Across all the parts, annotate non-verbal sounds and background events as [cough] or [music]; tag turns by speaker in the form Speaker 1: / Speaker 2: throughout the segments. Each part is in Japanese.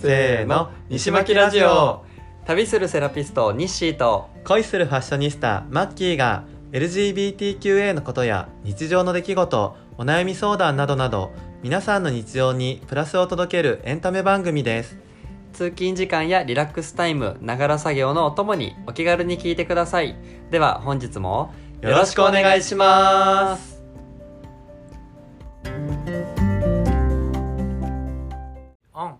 Speaker 1: せーの西巻ラジオ
Speaker 2: 旅するセラピストニッシーと
Speaker 1: 恋するファッショニスタマッキーが LGBTQA のことや日常の出来事お悩み相談などなど皆さんの日常にプラスを届けるエンタメ番組です
Speaker 2: 通勤時間やリラックスタイムながら作業のお供にお気軽に聞いてくださいでは本日も
Speaker 1: よろしくお願いします
Speaker 3: オン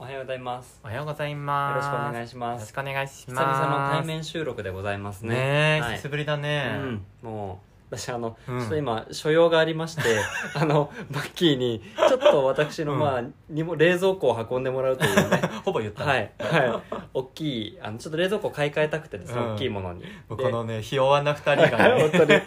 Speaker 2: おはようございます
Speaker 3: おはようござい
Speaker 2: よろ
Speaker 3: ま
Speaker 2: し
Speaker 3: す
Speaker 2: くお願いし
Speaker 3: よ
Speaker 2: ま
Speaker 3: ろし
Speaker 2: す
Speaker 3: くお願いし
Speaker 2: 久
Speaker 3: ます
Speaker 2: 々の対面収録でございますね
Speaker 3: ねえ、
Speaker 2: はい
Speaker 3: 久しぶりだ
Speaker 2: う
Speaker 3: ね、
Speaker 2: ん、もう私あの、
Speaker 3: うん
Speaker 2: ちょっと今所用があり
Speaker 3: [laughs]
Speaker 2: ましてあのマッキーにちょっと私の、
Speaker 3: うん
Speaker 2: まあにも冷蔵庫を運んでもらうという
Speaker 3: [laughs]
Speaker 2: ね
Speaker 3: ほぼ言ったね、
Speaker 2: はいはい大きいあのちょっと冷蔵庫を買い替えたくてですね、
Speaker 3: うん
Speaker 2: 大きいものに
Speaker 3: もう
Speaker 2: で
Speaker 3: このねひ弱な二人が
Speaker 2: はい
Speaker 3: ね
Speaker 2: [laughs] 本当に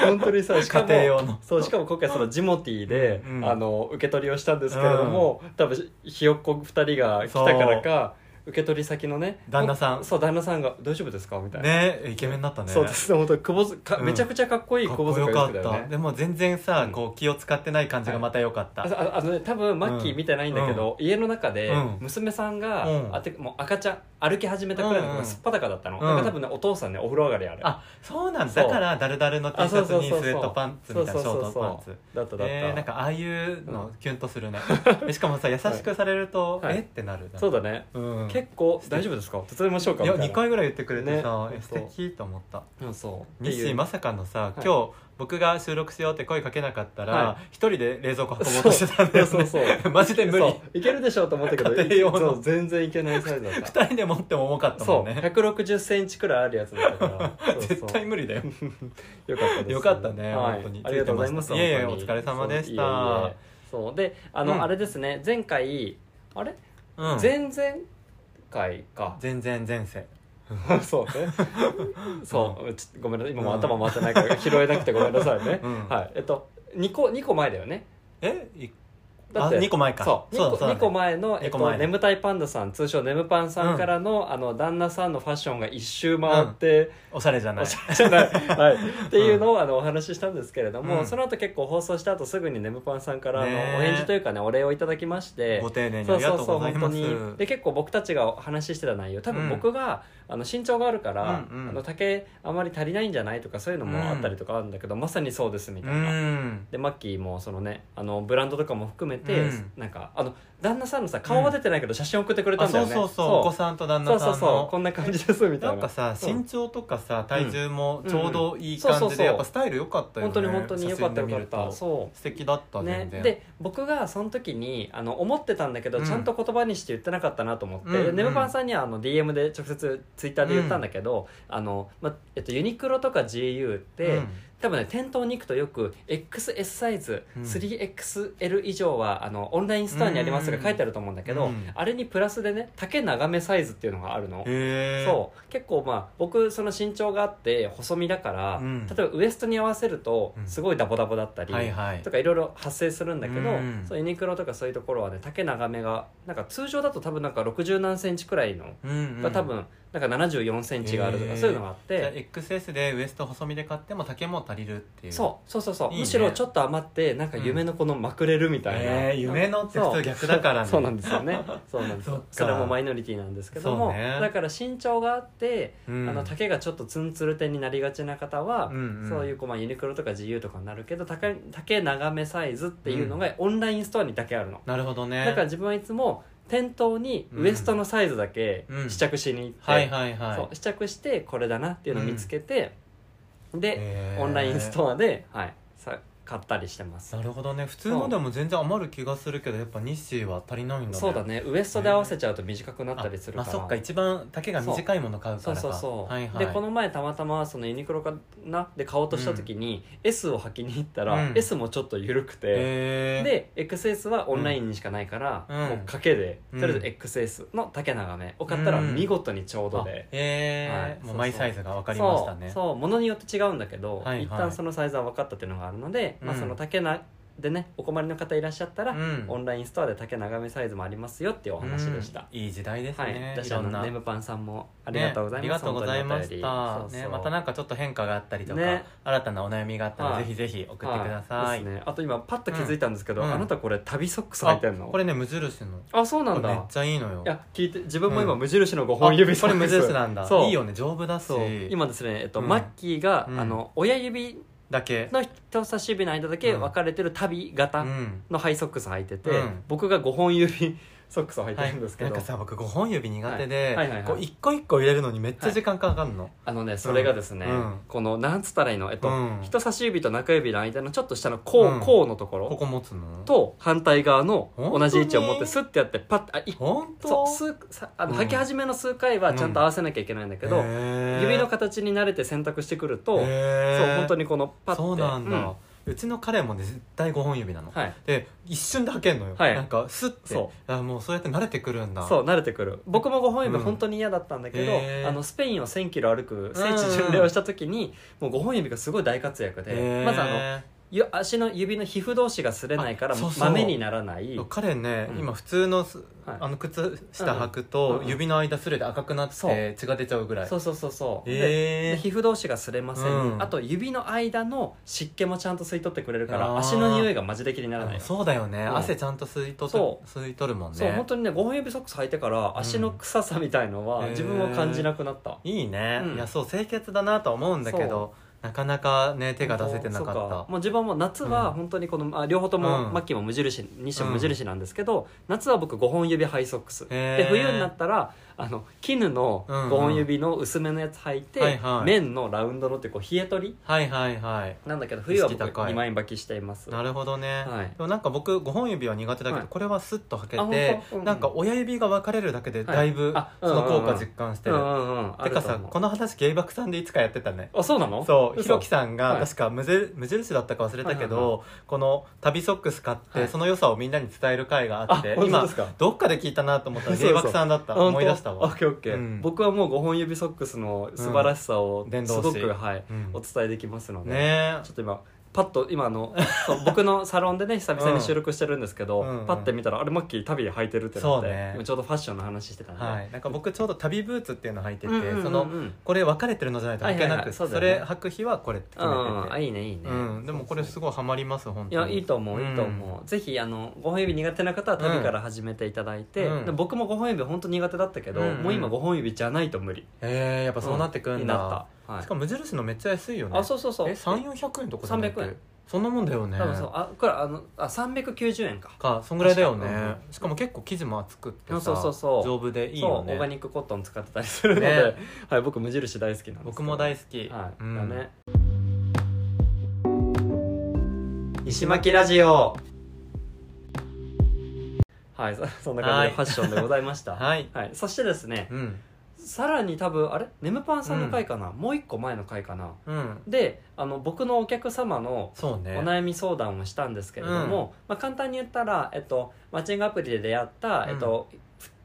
Speaker 2: 本当にそうしかも
Speaker 3: [laughs] 家庭用の
Speaker 2: そうしかも今回そのジモティーで、
Speaker 3: うん
Speaker 2: あの受け取りをしたんですけれども、多分ひよっこ2人が来たからか受け取り先のね
Speaker 3: 旦那さん
Speaker 2: そう旦那さんが「大丈夫ですか?」みたいな、
Speaker 3: ねイケメンだったね
Speaker 2: [laughs] そうです本当久保塚か
Speaker 3: うん
Speaker 2: めちゃくちゃかっこいい
Speaker 3: かっ
Speaker 2: 久保
Speaker 3: こ
Speaker 2: 塚
Speaker 3: よ
Speaker 2: 洋
Speaker 3: か
Speaker 2: 介
Speaker 3: っ
Speaker 2: だ
Speaker 3: た、
Speaker 2: よね
Speaker 3: でも全然さ、
Speaker 2: うん
Speaker 3: こう気を使ってない感じがまたよかった、
Speaker 2: あああのね多分マッキー見てないんだけど、家の中で
Speaker 3: うん
Speaker 2: 娘さんが、
Speaker 3: うん
Speaker 2: あてもう赤ちゃん歩き始めたくらいの
Speaker 3: うんう
Speaker 2: 子が
Speaker 3: ん
Speaker 2: すっぱだかだったの、
Speaker 3: うん
Speaker 2: だから多分ねお父さんねお風呂上がりあれ
Speaker 3: あそうなんだ
Speaker 2: そう
Speaker 3: だからダルダルの T シ
Speaker 2: そ
Speaker 3: ャ
Speaker 2: う
Speaker 3: ツ
Speaker 2: そう
Speaker 3: にスウ
Speaker 2: そうそう
Speaker 3: ェットパンツみたいなショ
Speaker 2: そうそ
Speaker 3: ー
Speaker 2: う
Speaker 3: ト
Speaker 2: そう
Speaker 3: パンツ
Speaker 2: だっただった、
Speaker 3: えー、なんかああいう
Speaker 2: う
Speaker 3: の
Speaker 2: ん
Speaker 3: キュンとするね、でしか
Speaker 2: [laughs]
Speaker 3: もさ優しくされると、
Speaker 2: はい
Speaker 3: えってなる
Speaker 2: そう
Speaker 3: だ、
Speaker 2: だね
Speaker 3: うん、
Speaker 2: 結構大丈夫ですか手伝いましょうか
Speaker 3: い
Speaker 2: み
Speaker 3: や
Speaker 2: たい
Speaker 3: 2
Speaker 2: な
Speaker 3: 回ぐらい言ってくれてさ、
Speaker 2: ね
Speaker 3: え素敵と思った
Speaker 2: うんそう
Speaker 3: 日誌
Speaker 2: ま
Speaker 3: まさかのさ、
Speaker 2: い
Speaker 3: 今日僕が収録しようって声かけなかったら
Speaker 2: は
Speaker 3: 一、人で冷蔵庫運ぼうとしてたんだよ、ね、
Speaker 2: そうそう
Speaker 3: [laughs]
Speaker 2: そう
Speaker 3: マジで無理
Speaker 2: いけるでしょうと思ったけど
Speaker 3: 家庭用の
Speaker 2: そう全然いけないサイズだった
Speaker 3: 二人で持っても重かったも
Speaker 2: そ
Speaker 3: ん
Speaker 2: う
Speaker 3: ね
Speaker 2: 160センチくらいあるやつだったからそうそう
Speaker 3: [laughs] 絶対無理だよ
Speaker 2: よかったです
Speaker 3: よかったね
Speaker 2: はい
Speaker 3: 本当に
Speaker 2: ありがとうございます
Speaker 3: ついてましたいえいえ
Speaker 2: 本当に
Speaker 3: お疲れ様でした
Speaker 2: そういえいえそうであの、
Speaker 3: うん
Speaker 2: あれですね前回あれ、
Speaker 3: うん
Speaker 2: 前々回
Speaker 3: [laughs]
Speaker 2: か
Speaker 3: 全然前世
Speaker 2: そうね [laughs] そう、ちごめんなさい今もう頭回ってないから拾えなくてごめんなさいね、
Speaker 3: うん
Speaker 2: はいえっと2個二個前だよね
Speaker 3: えい
Speaker 2: だ
Speaker 3: あ
Speaker 2: って
Speaker 3: 2個前か
Speaker 2: そう
Speaker 3: だ
Speaker 2: 2個
Speaker 3: だ
Speaker 2: 二個前の、えっ
Speaker 3: 二個前
Speaker 2: と、
Speaker 3: の
Speaker 2: 眠たいパンダさん通称眠パンさんからの,、あの旦那さんのファッションが一周回 [laughs] って、
Speaker 3: おしゃれじゃない
Speaker 2: おしゃれじゃない、はい、っていうのをあのお話ししたんですけれども、
Speaker 3: うん
Speaker 2: その後結構放送した後すぐに眠パンさんからあの、
Speaker 3: ねえ
Speaker 2: お返事というかねお礼をいただきまして
Speaker 3: ご丁寧に
Speaker 2: そ
Speaker 3: あ
Speaker 2: う
Speaker 3: りが
Speaker 2: そう
Speaker 3: とう
Speaker 2: そう
Speaker 3: ござい
Speaker 2: 本
Speaker 3: ま
Speaker 2: 当
Speaker 3: す
Speaker 2: にで結構僕たちがお話ししてた内容多
Speaker 3: う
Speaker 2: 分
Speaker 3: ん
Speaker 2: 僕が、あの身長があるから、
Speaker 3: うんうん
Speaker 2: あの丈あまり足りないんじゃないとかそういうのもあったりとかあるんだけど、まさにそうですみた
Speaker 3: う
Speaker 2: いな。
Speaker 3: ん
Speaker 2: でマッキーもそのねあのブランドとかも含めて、
Speaker 3: うん
Speaker 2: なんかあの旦那さんのさ顔は出てないけど写真送ってくれた
Speaker 3: あ
Speaker 2: んだ
Speaker 3: そ
Speaker 2: よ
Speaker 3: う
Speaker 2: ね、
Speaker 3: そうそうお子さんと旦
Speaker 2: そ
Speaker 3: 那
Speaker 2: う
Speaker 3: さん
Speaker 2: そ
Speaker 3: の
Speaker 2: うそうこんな感じですみたい
Speaker 3: な
Speaker 2: なん
Speaker 3: かさ
Speaker 2: うん
Speaker 3: 身長とかさ体重もちょうどいい
Speaker 2: うんそ
Speaker 3: 感
Speaker 2: うそう
Speaker 3: じ
Speaker 2: そ
Speaker 3: で
Speaker 2: う
Speaker 3: やっぱスタイル良かったよ
Speaker 2: 本
Speaker 3: ね
Speaker 2: 当に本当によかったよ
Speaker 3: 写真で見
Speaker 2: かっ
Speaker 3: る
Speaker 2: た
Speaker 3: と
Speaker 2: そ
Speaker 3: 素敵だった
Speaker 2: うね
Speaker 3: 全然
Speaker 2: で僕がその時にあの思ってたんだけど、
Speaker 3: うん
Speaker 2: ちゃんと言葉にして言ってなかったなと思って、
Speaker 3: うんうん
Speaker 2: ネムパンさんにはあの DM で直接ツイッターで言ったんだけど、あのまえっと、ユニクロとか GU って、
Speaker 3: うん
Speaker 2: 多分ね店頭に行くとよく XS サイズ、
Speaker 3: うん
Speaker 2: 3XL 以上はあのオンラインストアにありますが
Speaker 3: うん
Speaker 2: 書いてあると思うんだけど、
Speaker 3: うん
Speaker 2: あれにプラスでね丈長めサイズっていうのがあるの。
Speaker 3: へえ
Speaker 2: そう結構まあ僕その身長があって細身だから、
Speaker 3: うん
Speaker 2: 例えばウエストに合わせると
Speaker 3: うん
Speaker 2: すごいダボダボだったり、
Speaker 3: はいはい
Speaker 2: とかいろいろ発生するんだけど、
Speaker 3: うん
Speaker 2: そうユニクロとかそういうところはね丈長めがなんか通常だと多分なんか60何センチくらいの
Speaker 3: うんう
Speaker 2: が
Speaker 3: ん
Speaker 2: 多分なんか74センチがあるとか、
Speaker 3: へー
Speaker 2: そういうのがあって、
Speaker 3: じゃあ XS でウエスト細身で買っても丈も足りるっていう
Speaker 2: そうそうそうそう
Speaker 3: いいね
Speaker 2: むしろちょっと余ってなんか夢のこのまくれるみたいな、
Speaker 3: えー夢のって普通逆だからね
Speaker 2: そうそうなんです
Speaker 3: [laughs]
Speaker 2: よねそうなんです
Speaker 3: そっ
Speaker 2: そ
Speaker 3: か
Speaker 2: れもマイノリティなんですけども、
Speaker 3: そうね
Speaker 2: だから身長があって、
Speaker 3: うん
Speaker 2: あの丈がちょっとツンツル点になりがちな方は、
Speaker 3: うんうん
Speaker 2: そういうこう、まあ、ユニクロとか自由とかになるけど丈丈長めサイズっていうのがオンラインストアにだけあるの、
Speaker 3: なるほどね
Speaker 2: だから自分はいつも店頭にウエストのサイズだけ
Speaker 3: うん
Speaker 2: 試着しに行って、
Speaker 3: はいはい
Speaker 2: そ
Speaker 3: は
Speaker 2: う試着してこれだなっていうのを見つけて、
Speaker 3: い
Speaker 2: で、
Speaker 3: へー
Speaker 2: オンラインストアで、はい、さ買ったりしてます
Speaker 3: なるほどね普通のでも全然余る気がするけどやっぱ日誌は足りないんだね
Speaker 2: そうだねウエストで合わせちゃうと短くなったりするか
Speaker 3: あ
Speaker 2: ら
Speaker 3: そっか一番丈が短いもの買うか
Speaker 2: そう
Speaker 3: らか
Speaker 2: そうそう、
Speaker 3: はいはい
Speaker 2: でこの前たまたまそのユニクロかなで買おうとした時に、S を履きに行ったら、
Speaker 3: うん
Speaker 2: S もちょっと緩くて、
Speaker 3: へー
Speaker 2: で XS はオンラインにしかないから、
Speaker 3: うん
Speaker 2: もう賭けで、
Speaker 3: うん
Speaker 2: とりあえず XS の丈長めを買ったら
Speaker 3: うん
Speaker 2: 見事にちょうど
Speaker 3: あ
Speaker 2: で、はい
Speaker 3: えー
Speaker 2: そうそ
Speaker 3: も
Speaker 2: う
Speaker 3: うマイサイズが分かりましたね
Speaker 2: そうそうものによって違うんだけど、
Speaker 3: はいはい
Speaker 2: 一旦そのサイズは分かったっていうのがあるので、まあ、
Speaker 3: うん
Speaker 2: その丈なでねお困りの方いらっしゃったら、
Speaker 3: うん
Speaker 2: オンラインストアで丈長めサイズもありますよっていうお話でした、
Speaker 3: いい時代です
Speaker 2: はい、
Speaker 3: ね、
Speaker 2: だし
Speaker 3: い
Speaker 2: あ
Speaker 3: ろん
Speaker 2: の
Speaker 3: な
Speaker 2: ネムパンさんもありがとうござい
Speaker 3: ね
Speaker 2: ま
Speaker 3: ありが
Speaker 2: す、
Speaker 3: とうございまし
Speaker 2: 本当に
Speaker 3: た
Speaker 2: お便りそう
Speaker 3: ね
Speaker 2: そう
Speaker 3: またなんかちょっと変化があったりとか、
Speaker 2: ね
Speaker 3: 新たなお悩みがあったら、
Speaker 2: はい
Speaker 3: ぜひぜひ送ってくださ
Speaker 2: はい
Speaker 3: い、
Speaker 2: ですね、あと今パッと気づいたんですけど、
Speaker 3: うん
Speaker 2: あなたこれ旅ソックス履
Speaker 3: あ
Speaker 2: いてんの
Speaker 3: これね無印の
Speaker 2: あそうなん
Speaker 3: これめっ
Speaker 2: だ
Speaker 3: ちゃいいのよ
Speaker 2: いや聞いて自分も今
Speaker 3: うん
Speaker 2: 無印の5
Speaker 3: あ
Speaker 2: 本指
Speaker 3: これ無印なんだ
Speaker 2: そう
Speaker 3: いいよね丈夫だし
Speaker 2: そう今ですね、えっと
Speaker 3: うん
Speaker 2: マッキーが、
Speaker 3: うん
Speaker 2: あの親指
Speaker 3: だけ
Speaker 2: の人差し指の間だけ分かれてる旅型
Speaker 3: うん
Speaker 2: のハイソックス履いてて、
Speaker 3: うん
Speaker 2: 僕が5本指ソックスを履いてるんですけど、
Speaker 3: なんかさ僕5本指苦手で、
Speaker 2: はいはいはいはい
Speaker 3: こう一個一個入れるのにめっちゃ時間かかるの、
Speaker 2: あのねそれがですね、
Speaker 3: うん
Speaker 2: このなんつったらいいの、えっと
Speaker 3: うん
Speaker 2: 人差し指と中指の間のちょっと下の甲,、
Speaker 3: うん
Speaker 2: 甲のところ
Speaker 3: ここ持つの
Speaker 2: と反対側の同じ位置を持っ
Speaker 3: 本当
Speaker 2: て
Speaker 3: に
Speaker 2: スッてやってパッてあい
Speaker 3: 本当
Speaker 2: そう数さあの
Speaker 3: うん
Speaker 2: 履き始めの数回はちゃんと合わせなきゃいけないんだけど、指
Speaker 3: 指
Speaker 2: の形に慣れて選択してくると、そう本当
Speaker 3: 本
Speaker 2: にこのパッて
Speaker 3: そうなん
Speaker 2: うん
Speaker 3: だ、うちの彼もね絶対5本指なの、
Speaker 2: はい
Speaker 3: で一瞬で履けんのよ、
Speaker 2: はい
Speaker 3: なんかスッて
Speaker 2: そ
Speaker 3: あもうそうやって慣れてくるんだ
Speaker 2: そう慣れてくる僕も5本指
Speaker 3: うん
Speaker 2: 本当に嫌だったんだけど、
Speaker 3: へー
Speaker 2: あのスペインを1 0 0 0キロ歩く聖地巡礼をした時に、もう5本指がすごい大活躍で、
Speaker 3: へー
Speaker 2: まずあのゆ足の指の皮膚同士が擦れないから
Speaker 3: あそうそう
Speaker 2: 豆にならない
Speaker 3: 彼ね、
Speaker 2: うん
Speaker 3: 今普通のす、
Speaker 2: はい
Speaker 3: あの靴下履くと、
Speaker 2: うん
Speaker 3: 指の間すれて赤くなっ
Speaker 2: そう
Speaker 3: て血が出ちゃうぐらい
Speaker 2: そうそうそうそう、
Speaker 3: へー
Speaker 2: でで皮膚同士が擦れません、
Speaker 3: うん
Speaker 2: あと指の間の湿気もちゃんと吸い取ってくれるから
Speaker 3: あー
Speaker 2: 足の匂いがマジで気にならない、
Speaker 3: そうだよね、
Speaker 2: うん
Speaker 3: 汗ちゃんと吸い取
Speaker 2: そ
Speaker 3: って吸い取るもんね
Speaker 2: そう本当にね5本指ソックス履いてから足の臭さみたいのは
Speaker 3: うん
Speaker 2: 自分を感じなくなった、
Speaker 3: いいね、
Speaker 2: うん
Speaker 3: いやそう清潔だなとは思うんだけどなかなかね手が出せてなか
Speaker 2: そう
Speaker 3: った
Speaker 2: もう自分はもう夏は
Speaker 3: うん
Speaker 2: 本当にこの、あ両方とも、
Speaker 3: うん
Speaker 2: マッキーも無印西も無印なんですけど、夏は僕5本指ハイソックス、
Speaker 3: へー
Speaker 2: で冬になったらあの絹の
Speaker 3: うんうん
Speaker 2: 5本指の薄めのやつ履いて、
Speaker 3: はいはい
Speaker 2: 綿のラウンドのってこう冷え取り
Speaker 3: はいはいはい
Speaker 2: なんだけど冬は僕
Speaker 3: 意識高い
Speaker 2: 2万円履きしています
Speaker 3: なるほどね、
Speaker 2: はい
Speaker 3: でもなんか僕5本指は苦手だけど、
Speaker 2: はい
Speaker 3: これはスッと履け
Speaker 2: あ
Speaker 3: て
Speaker 2: 本、当うん
Speaker 3: なんか親指が分かれるだけでだいぶ、
Speaker 2: はいあ
Speaker 3: その効
Speaker 2: うんうん
Speaker 3: 果
Speaker 2: うん
Speaker 3: 実感して
Speaker 2: う
Speaker 3: る、
Speaker 2: んうんうんあ
Speaker 3: て
Speaker 2: る
Speaker 3: か
Speaker 2: と思
Speaker 3: さ
Speaker 2: う
Speaker 3: この話芸爆さんでいつかやってたね
Speaker 2: あそうなの
Speaker 3: そうひ
Speaker 2: 嘘
Speaker 3: ろきさんが
Speaker 2: はい
Speaker 3: 確か無ぜ無印だったか忘れたけ
Speaker 2: はいはい
Speaker 3: どこの旅ソックス買っ
Speaker 2: はい
Speaker 3: てその良さをみんなに伝える回があ
Speaker 2: あ
Speaker 3: って
Speaker 2: 本当
Speaker 3: 今
Speaker 2: ですか
Speaker 3: どっかで聞いたなと思ったら
Speaker 2: そうそ
Speaker 3: 芸
Speaker 2: う
Speaker 3: 爆さんだった
Speaker 2: あ本当
Speaker 3: 思い出した
Speaker 2: あオッ
Speaker 3: わ
Speaker 2: ケーオッケー、
Speaker 3: うん
Speaker 2: 僕はもう5本指ソックスの素晴らしさを
Speaker 3: うん伝
Speaker 2: す
Speaker 3: 道し
Speaker 2: ごく、はい
Speaker 3: うん
Speaker 2: お伝えできますので、
Speaker 3: ね
Speaker 2: ちょっと今パッと今あ
Speaker 3: [laughs]
Speaker 2: のそう僕のサロンでね久々に収録してるんですけど、
Speaker 3: うん
Speaker 2: パッて見たらあれマッキー足袋履いてるってなっ
Speaker 3: そう
Speaker 2: て
Speaker 3: ね
Speaker 2: 今ちょうどファッションの話してたんで、
Speaker 3: はいなんか僕ちょうど旅ブーツっていうの履いて
Speaker 2: うんうんうんう
Speaker 3: て
Speaker 2: ん
Speaker 3: そのこれ分かれてるのじゃないと履けな
Speaker 2: はいはいはい
Speaker 3: く
Speaker 2: そうだ
Speaker 3: そ
Speaker 2: よね
Speaker 3: れ履く日はこれって決
Speaker 2: うんうんあ
Speaker 3: めて
Speaker 2: いいねいいね、
Speaker 3: てうんでもこれす
Speaker 2: ご
Speaker 3: ごいハマります本
Speaker 2: い
Speaker 3: 当
Speaker 2: や
Speaker 3: に
Speaker 2: いいと思う、いいと思うぜひあの5本指苦手な方は旅から始めていただいて、
Speaker 3: うん
Speaker 2: で僕も5本指本当苦手だったけど、
Speaker 3: うんうん
Speaker 2: もう今5本指じゃないと無理
Speaker 3: えーやっぱそうなってく
Speaker 2: に
Speaker 3: ん
Speaker 2: な
Speaker 3: だ
Speaker 2: った、はい、
Speaker 3: しかも無印のめっちゃ安いよね
Speaker 2: あそうそうそう
Speaker 3: え3400円とかじゃなくて
Speaker 2: 300円
Speaker 3: そんなもんだよね
Speaker 2: 多分そうあこれあのあ390円か
Speaker 3: かそんぐらいだよね
Speaker 2: 確か
Speaker 3: しかも結構生地も厚くってさ
Speaker 2: そうそうそう
Speaker 3: 丈夫でいい
Speaker 2: そう
Speaker 3: よ
Speaker 2: オーガ
Speaker 3: ね
Speaker 2: ニックコットン使ってたりするので、
Speaker 3: ね
Speaker 2: [laughs] はい、僕無印大好きなんですけど
Speaker 3: 僕も大好き、
Speaker 2: はい、
Speaker 3: うん
Speaker 2: だね石巻ラジオはいそ [laughs] そんな感じ
Speaker 3: は
Speaker 2: で
Speaker 3: い
Speaker 2: ファッションでございまし
Speaker 3: [laughs]
Speaker 2: た
Speaker 3: はい
Speaker 2: そしてですね
Speaker 3: うん
Speaker 2: さらに多分あれネムパンさんの回かな、もう一個前の回かな
Speaker 3: うん
Speaker 2: であの僕のお客様の
Speaker 3: そう
Speaker 2: お
Speaker 3: ね
Speaker 2: 悩み相談をしたんですけれども、まあ、簡単に言ったら、えっと、マッチングアプリで出会った、
Speaker 3: うん
Speaker 2: えっと、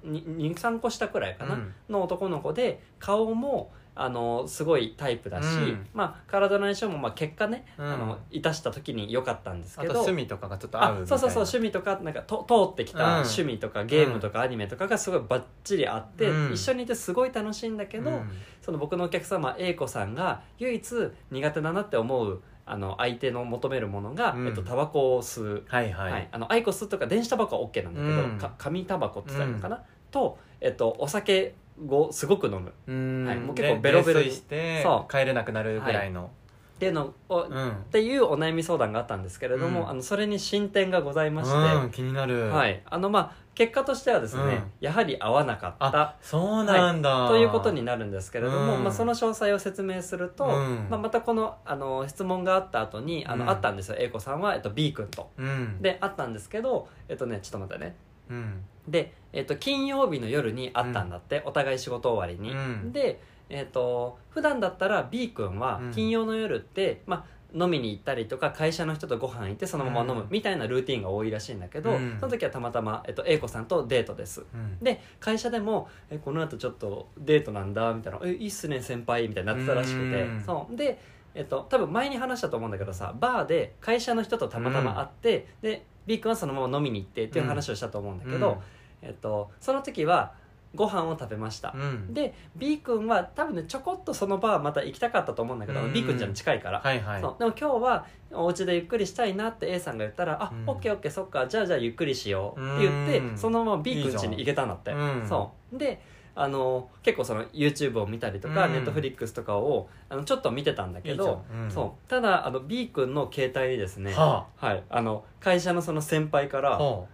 Speaker 2: 23個下くらいかな、
Speaker 3: うん
Speaker 2: の男の子で顔もあのすごいタイプだし、
Speaker 3: うん
Speaker 2: まあ、体の相性も、まあ、結果ね、
Speaker 3: うん
Speaker 2: あのいたした時に良かったんです
Speaker 3: あ
Speaker 2: け
Speaker 3: と
Speaker 2: ど
Speaker 3: 趣味とかがちょっと合う
Speaker 2: あ
Speaker 3: みた
Speaker 2: そ
Speaker 3: いうな
Speaker 2: そうそう趣味とかなんかと通ってきた
Speaker 3: うん
Speaker 2: 趣味とかゲームとかアニメとかがすごいバッチリあって、
Speaker 3: うん
Speaker 2: 一緒にいてすごい楽しいんだけど、
Speaker 3: うん
Speaker 2: その僕のお客様 A 子さんが唯一苦手だなって思うあの相手の求めるものが、
Speaker 3: うん
Speaker 2: えっと、タバコを吸う
Speaker 3: はいはい、
Speaker 2: はい、あのアイコスとか電子タバコは OK なんだけど、
Speaker 3: うん
Speaker 2: か紙タバコって言ったらいいのかな、と、えっと、お酒をすごく飲む
Speaker 3: うん、
Speaker 2: はいもう結構ベロベロに
Speaker 3: で泥酔して
Speaker 2: そう
Speaker 3: 帰れなくなるぐらいの、
Speaker 2: っていうのを、っ
Speaker 3: うん
Speaker 2: ていうお悩み相談があったんですけれども、
Speaker 3: うん
Speaker 2: あのそれに進展がございまして、
Speaker 3: うん、気になる、、
Speaker 2: はいい、あのまあ結果としてはですね、
Speaker 3: うん
Speaker 2: やはり合わなかった
Speaker 3: あそうなんだ、
Speaker 2: ということになるんですけれども、
Speaker 3: うん
Speaker 2: まあ、その詳細を説明すると、
Speaker 3: うん
Speaker 2: まあ、またこのあの質問があった後にあの、
Speaker 3: うん
Speaker 2: あったんですよ A 子さんは、えっと、B 君と。
Speaker 3: うん、
Speaker 2: であったんですけどえっとねちょっと待ってね
Speaker 3: うん、
Speaker 2: で、えっと金曜日の夜に会ったんだって、お互い仕事終わりに、
Speaker 3: うん
Speaker 2: で、えっと普段だったら B 君は
Speaker 3: うん
Speaker 2: 金曜の夜って、まあ飲みに行ったりとか会社の人とご飯行ってそのまま飲む
Speaker 3: うん
Speaker 2: みたいなルーティンが多いらしいんだけど、
Speaker 3: うん
Speaker 2: その時はたまたま、えっと、A 子さんとデートです
Speaker 3: うん
Speaker 2: で会社でも「えこの後ちょっとデートなんだ」みたいな「えいいっすね先輩」みたいになってたらしくて、
Speaker 3: うん
Speaker 2: そうでえっと、多分前に話したと思うんだけどさバーで会社の人とたまたま会って、で B 君はそのまま飲みに行ってっていう話をしたと思うんだけど、えっと、その時はご飯を食べました
Speaker 3: う、ん
Speaker 2: で B 君は多分ねちょこっとそのバーまた行きたかったと思うんだけど、
Speaker 3: うん
Speaker 2: B 君ちゃん近いから、
Speaker 3: はいはい
Speaker 2: そうでも今日はお家でゆっくりしたいなって A さんが言ったら「あ
Speaker 3: うん
Speaker 2: オッケーオッケーそっかじゃあじゃあゆっくりしよう」って言って、
Speaker 3: うん
Speaker 2: そのまま B 君家に行けたんだって
Speaker 3: いいじゃんうん
Speaker 2: そうであの結構その YouTube を見たりとか、
Speaker 3: うん
Speaker 2: Netflix とかをあのちょっと見てたんだけど
Speaker 3: いいじゃんうん
Speaker 2: そうただあの B 君の携帯にですね、
Speaker 3: は
Speaker 2: はい、あの会社のその先輩から
Speaker 3: あほ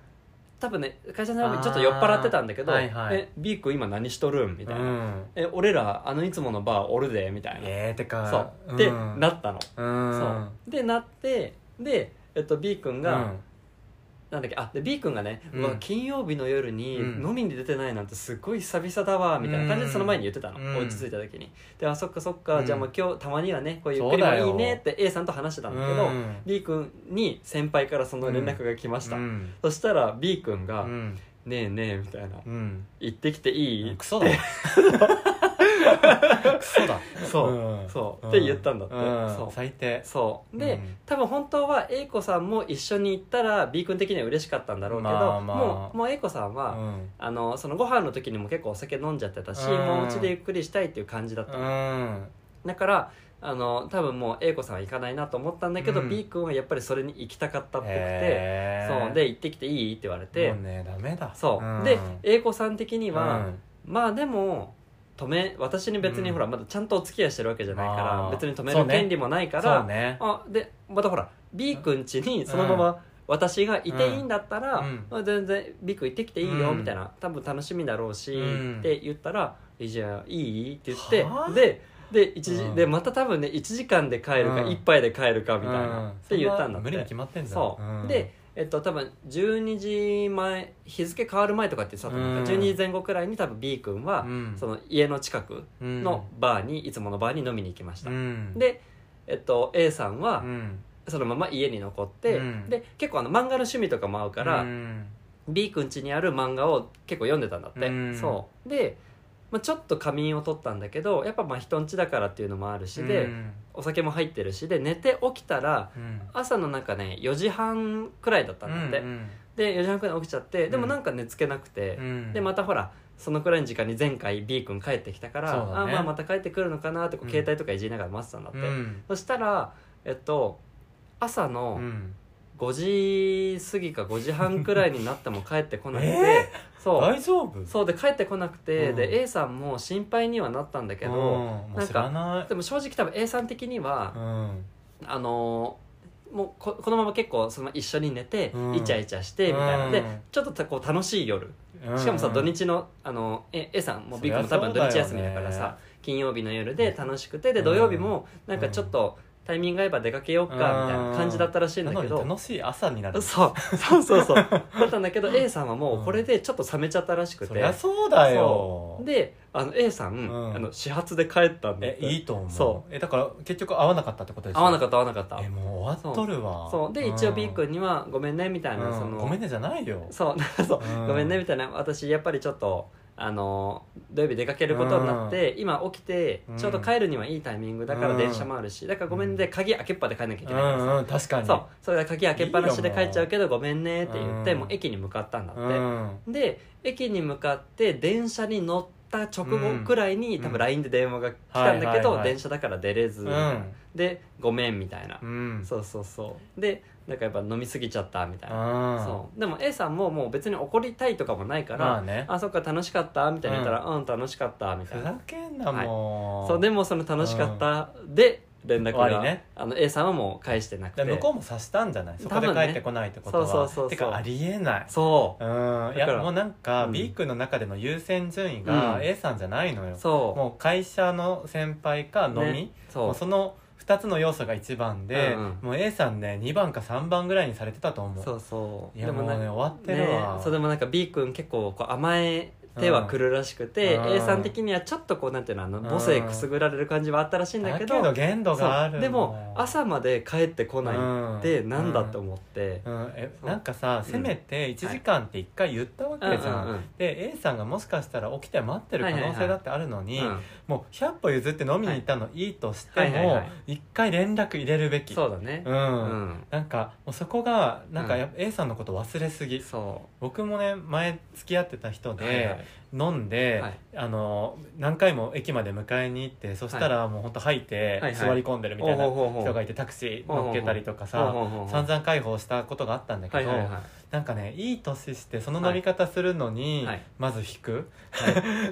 Speaker 2: 多分ね会社の先輩ちょっと酔っ払ってたんだけど「
Speaker 3: あーはいはい
Speaker 2: え B 君今何しとるん?」み
Speaker 3: う
Speaker 2: たいな「
Speaker 3: うん
Speaker 2: え俺らあのいつものバーおるで」みたいな、
Speaker 3: ええてか
Speaker 2: そう、
Speaker 3: ん
Speaker 2: でなったの
Speaker 3: うん
Speaker 2: そうでなってで、えっと、B 君が、
Speaker 3: うん
Speaker 2: なんだっけあで B 君がね、う
Speaker 3: うん
Speaker 2: わ金曜日の夜に
Speaker 3: うん
Speaker 2: 飲みに出てないなんてすごい久々だわみたいな感
Speaker 3: う
Speaker 2: じで
Speaker 3: ん
Speaker 2: その前に言ってたの、
Speaker 3: うん
Speaker 2: 落ち着いた時にであそっかそっか、
Speaker 3: うん
Speaker 2: じゃあまあ今日たまにはねこうゆっくりもいいねって A さんと話してたんだけど、
Speaker 3: うん
Speaker 2: B 君に先輩からその連絡が来ました、
Speaker 3: うん
Speaker 2: そしたら B 君が「
Speaker 3: うん
Speaker 2: ねえねえ」みたいな
Speaker 3: うん
Speaker 2: 「行ってきていい?」
Speaker 3: クソだクソだ
Speaker 2: そう、
Speaker 3: ん
Speaker 2: そうんって言ったんだって
Speaker 3: うん
Speaker 2: そう
Speaker 3: 最低
Speaker 2: そうで、
Speaker 3: うん
Speaker 2: 多分本当は A 子さんも一緒に行ったら B 君的には嬉しかったんだろうけど、
Speaker 3: まあまあ
Speaker 2: もうもう A 子さん
Speaker 3: う
Speaker 2: は、
Speaker 3: ん
Speaker 2: あのそのご飯の時にも結構お酒飲んじゃってたし、
Speaker 3: うん
Speaker 2: もうお家でゆっくりしたいっていう感じだったの、
Speaker 3: うん
Speaker 2: だからあの多分もう A 子さんは行かないなと思ったんだけど、
Speaker 3: うん
Speaker 2: B 君はやっぱりそれに行きたかったっぽくて、
Speaker 3: へー
Speaker 2: そうで行ってきていいって言われて、
Speaker 3: もうねダメだ
Speaker 2: そう、
Speaker 3: ん
Speaker 2: で A 子さん的には、
Speaker 3: うん
Speaker 2: まあでも止め私に別に
Speaker 3: うん
Speaker 2: ほら、まだちゃんとお付き合いしてるわけじゃないから、
Speaker 3: あー
Speaker 2: 別に止め
Speaker 3: そ
Speaker 2: る
Speaker 3: うね
Speaker 2: 権利もないから、
Speaker 3: そうね
Speaker 2: あでまたほら B 君家にそのまま私がいていいんだったら、
Speaker 3: うん
Speaker 2: まあ全然 B 君行ってきていいよ
Speaker 3: うん
Speaker 2: みたいな、多分楽しみだろうし、
Speaker 3: うん
Speaker 2: って言ったら「いいじゃんいい?」って言
Speaker 3: は
Speaker 2: っ
Speaker 3: あ
Speaker 2: てでで一時、
Speaker 3: うん
Speaker 2: でまた多分ね1時間で帰るか、
Speaker 3: うん
Speaker 2: 1杯で帰るかみたいな、
Speaker 3: うん
Speaker 2: って言ったんだっ
Speaker 3: そ
Speaker 2: て
Speaker 3: 無理に決まってんだ
Speaker 2: そう、で、えっと、多分12時前日付変わる前とかってさ、
Speaker 3: うん
Speaker 2: 12時前後くらいに多分 B 君は、そ
Speaker 3: の
Speaker 2: の家の近くの
Speaker 3: の
Speaker 2: バーに、いつものバーに飲みに行きました、
Speaker 3: で
Speaker 2: で、えっと、A さんは、
Speaker 3: うん
Speaker 2: そのまま家に残って、
Speaker 3: うん
Speaker 2: で結構あの漫画の趣味とかも合うから、
Speaker 3: うん
Speaker 2: B 君家にある漫画を結構読んでたんだって、
Speaker 3: うん
Speaker 2: そうで、まあ、ちょっと仮眠を取ったんだけどやっぱまあ人ん家だからっていうのもあるしで、
Speaker 3: うん
Speaker 2: お酒も入ってるしで寝て起きたら
Speaker 3: うん
Speaker 2: 朝のなんかね4時半くらいだったんだって、
Speaker 3: うん
Speaker 2: で4時半くらいに起きちゃってでも
Speaker 3: うん
Speaker 2: なんか寝つけなくて
Speaker 3: う、ん
Speaker 2: でまたほらそのくらいの時間に前回 B 君帰ってきたから、
Speaker 3: そうだね
Speaker 2: あまあまた帰ってくるのかなってこう
Speaker 3: うん
Speaker 2: 携帯とかいじりながら待ってたんだって、
Speaker 3: うん
Speaker 2: そしたらえっと朝の、
Speaker 3: うん
Speaker 2: 5時過ぎか5時半くらいになっても帰ってこなく
Speaker 3: [laughs]
Speaker 2: て、
Speaker 3: え
Speaker 2: そう
Speaker 3: 大丈夫
Speaker 2: そうで帰ってこなくて、
Speaker 3: うん
Speaker 2: で A さんも心配にはなったんだけ
Speaker 3: うん
Speaker 2: ど、
Speaker 3: も
Speaker 2: なんか
Speaker 3: う知らない
Speaker 2: でも正直多分 A さん的には
Speaker 3: う、ん
Speaker 2: あのーもうここのまま結構その一緒に寝て、
Speaker 3: うん
Speaker 2: イチャイチャしてみたいな、
Speaker 3: うん
Speaker 2: でちょっとたこう楽しい夜しかもさ土日のあのえ A さんも B 君も多分土日休みだから
Speaker 3: そりゃそうだよ
Speaker 2: さ
Speaker 3: ね
Speaker 2: 金曜日の夜で楽しくてで
Speaker 3: うん
Speaker 2: 土曜日もなんかちょっとタイミング合えば出かけようかみたいな感じだったらしいん
Speaker 3: な
Speaker 2: だ
Speaker 3: の
Speaker 2: け
Speaker 3: に
Speaker 2: ど
Speaker 3: 楽しい朝になる
Speaker 2: そうそうそうそうだったんだけど A さんはもうこれでちょっと冷めちゃったらしく
Speaker 3: そ
Speaker 2: て [laughs]
Speaker 3: りゃそうだよ
Speaker 2: そうであの A さん、
Speaker 3: ん
Speaker 2: あの始発で帰ったんで
Speaker 3: えいいと思う
Speaker 2: そ
Speaker 3: えだから結局会わなかったってことでしょ
Speaker 2: 合わなかった合わなかった
Speaker 3: えもう終わっとるわ
Speaker 2: そうで一応 B
Speaker 3: に
Speaker 2: 君には「ごめんね」みたいな、その
Speaker 3: ごめんねじゃないよ
Speaker 2: そうそう、 [laughs]
Speaker 3: うん
Speaker 2: ごめんねみたいな私やっぱりちょっとあの土曜日出かけることになって、今起きて
Speaker 3: うん
Speaker 2: ちょうど帰るにはいいタイミングだから
Speaker 3: うん
Speaker 2: 電車もあるしだからごめんね鍵開けっぱで帰んなきゃいけ
Speaker 3: う
Speaker 2: ないからさ、
Speaker 3: んうん確かに
Speaker 2: そうそれで鍵開けっぱなしで帰っちゃうけどごめんねって言って、
Speaker 3: うん
Speaker 2: もう駅に向かったんだって、
Speaker 3: うん
Speaker 2: で駅に向かって電車に乗った直後くらいに、
Speaker 3: うん
Speaker 2: 多分 LINE で電話が来たんだけど、
Speaker 3: はいはいはい
Speaker 2: 電車だから出れず、
Speaker 3: うん
Speaker 2: でごめんみたいな、
Speaker 3: うん
Speaker 2: そうそうそうでなんかやっぱ飲みすぎちゃったみたいな、
Speaker 3: あ
Speaker 2: そうでも A さんももう別に怒りたいとかもないから「
Speaker 3: まあね
Speaker 2: あそっか楽しかった」みたいな言ったら「うん、楽しかった」みた
Speaker 3: ふ
Speaker 2: いな
Speaker 3: ざけんなもう
Speaker 2: そうでもその「楽しかった」で連絡
Speaker 3: 終
Speaker 2: が、
Speaker 3: わりね
Speaker 2: あの A さんはもう返してなくて
Speaker 3: で向こうも察したんじゃないそこで
Speaker 2: 多分
Speaker 3: 帰
Speaker 2: ね
Speaker 3: ってこないってことは
Speaker 2: そうそうそうそう
Speaker 3: てかありえない
Speaker 2: そう
Speaker 3: うんい
Speaker 2: だから
Speaker 3: やもうなんか
Speaker 2: うん
Speaker 3: B 君の中での優先順位が
Speaker 2: うん
Speaker 3: A さんじゃないのよ
Speaker 2: そう
Speaker 3: もう会社の先輩か飲み
Speaker 2: ねそ
Speaker 3: もう
Speaker 2: う
Speaker 3: その2つの要素が1番で
Speaker 2: うんうん
Speaker 3: もう A さんね2番か3番ぐらいにされてたと思う
Speaker 2: そうそう
Speaker 3: いやもう
Speaker 2: なんか
Speaker 3: ね終わってるわ
Speaker 2: ね、そうでもなんか B 君結構こう甘え手は来るらしくて
Speaker 3: うん
Speaker 2: A さん的にはちょっとこうなんていうのあの母性くすぐられる感じはあったらしいんだ
Speaker 3: だ
Speaker 2: け
Speaker 3: け
Speaker 2: ど
Speaker 3: ど限度があ
Speaker 2: そ
Speaker 3: る
Speaker 2: うでも朝まで帰ってこないってなんだと
Speaker 3: 思
Speaker 2: 思って
Speaker 3: うん、うんえ
Speaker 2: そう
Speaker 3: なんかさせめて1時間って1回言ったわ
Speaker 2: うん
Speaker 3: けじゃん、で A さんがもしかしたら起きて待ってる可能性だってあるのに、
Speaker 2: うんうん
Speaker 3: もう100歩譲って飲みに行ったのいいとして
Speaker 2: はいはいは
Speaker 3: も
Speaker 2: い
Speaker 3: 1回連絡入れるべき
Speaker 2: そうだね
Speaker 3: うん
Speaker 2: うん
Speaker 3: なんかもうそこがなんかやっぱ A さんのこと忘れすぎ、
Speaker 2: そ
Speaker 3: 僕もね前付き合ってた人
Speaker 2: う
Speaker 3: で、
Speaker 2: はいはい
Speaker 3: 飲んで、
Speaker 2: はい
Speaker 3: あの何回も駅まで迎えに行ってそしたらもうほんと吐いて、
Speaker 2: はいはい
Speaker 3: 座り込んでるみたい
Speaker 2: おう
Speaker 3: な
Speaker 2: ほうほう
Speaker 3: 人がいてタクシー
Speaker 2: おうおう
Speaker 3: 乗っけたりとか
Speaker 2: ほう
Speaker 3: さ
Speaker 2: ほうほう
Speaker 3: 散々解放したことがあったんだけ
Speaker 2: はい
Speaker 3: ど、
Speaker 2: はいはい
Speaker 3: なんかねいい年してその乗り方するのに、
Speaker 2: はい
Speaker 3: まず引く、
Speaker 2: は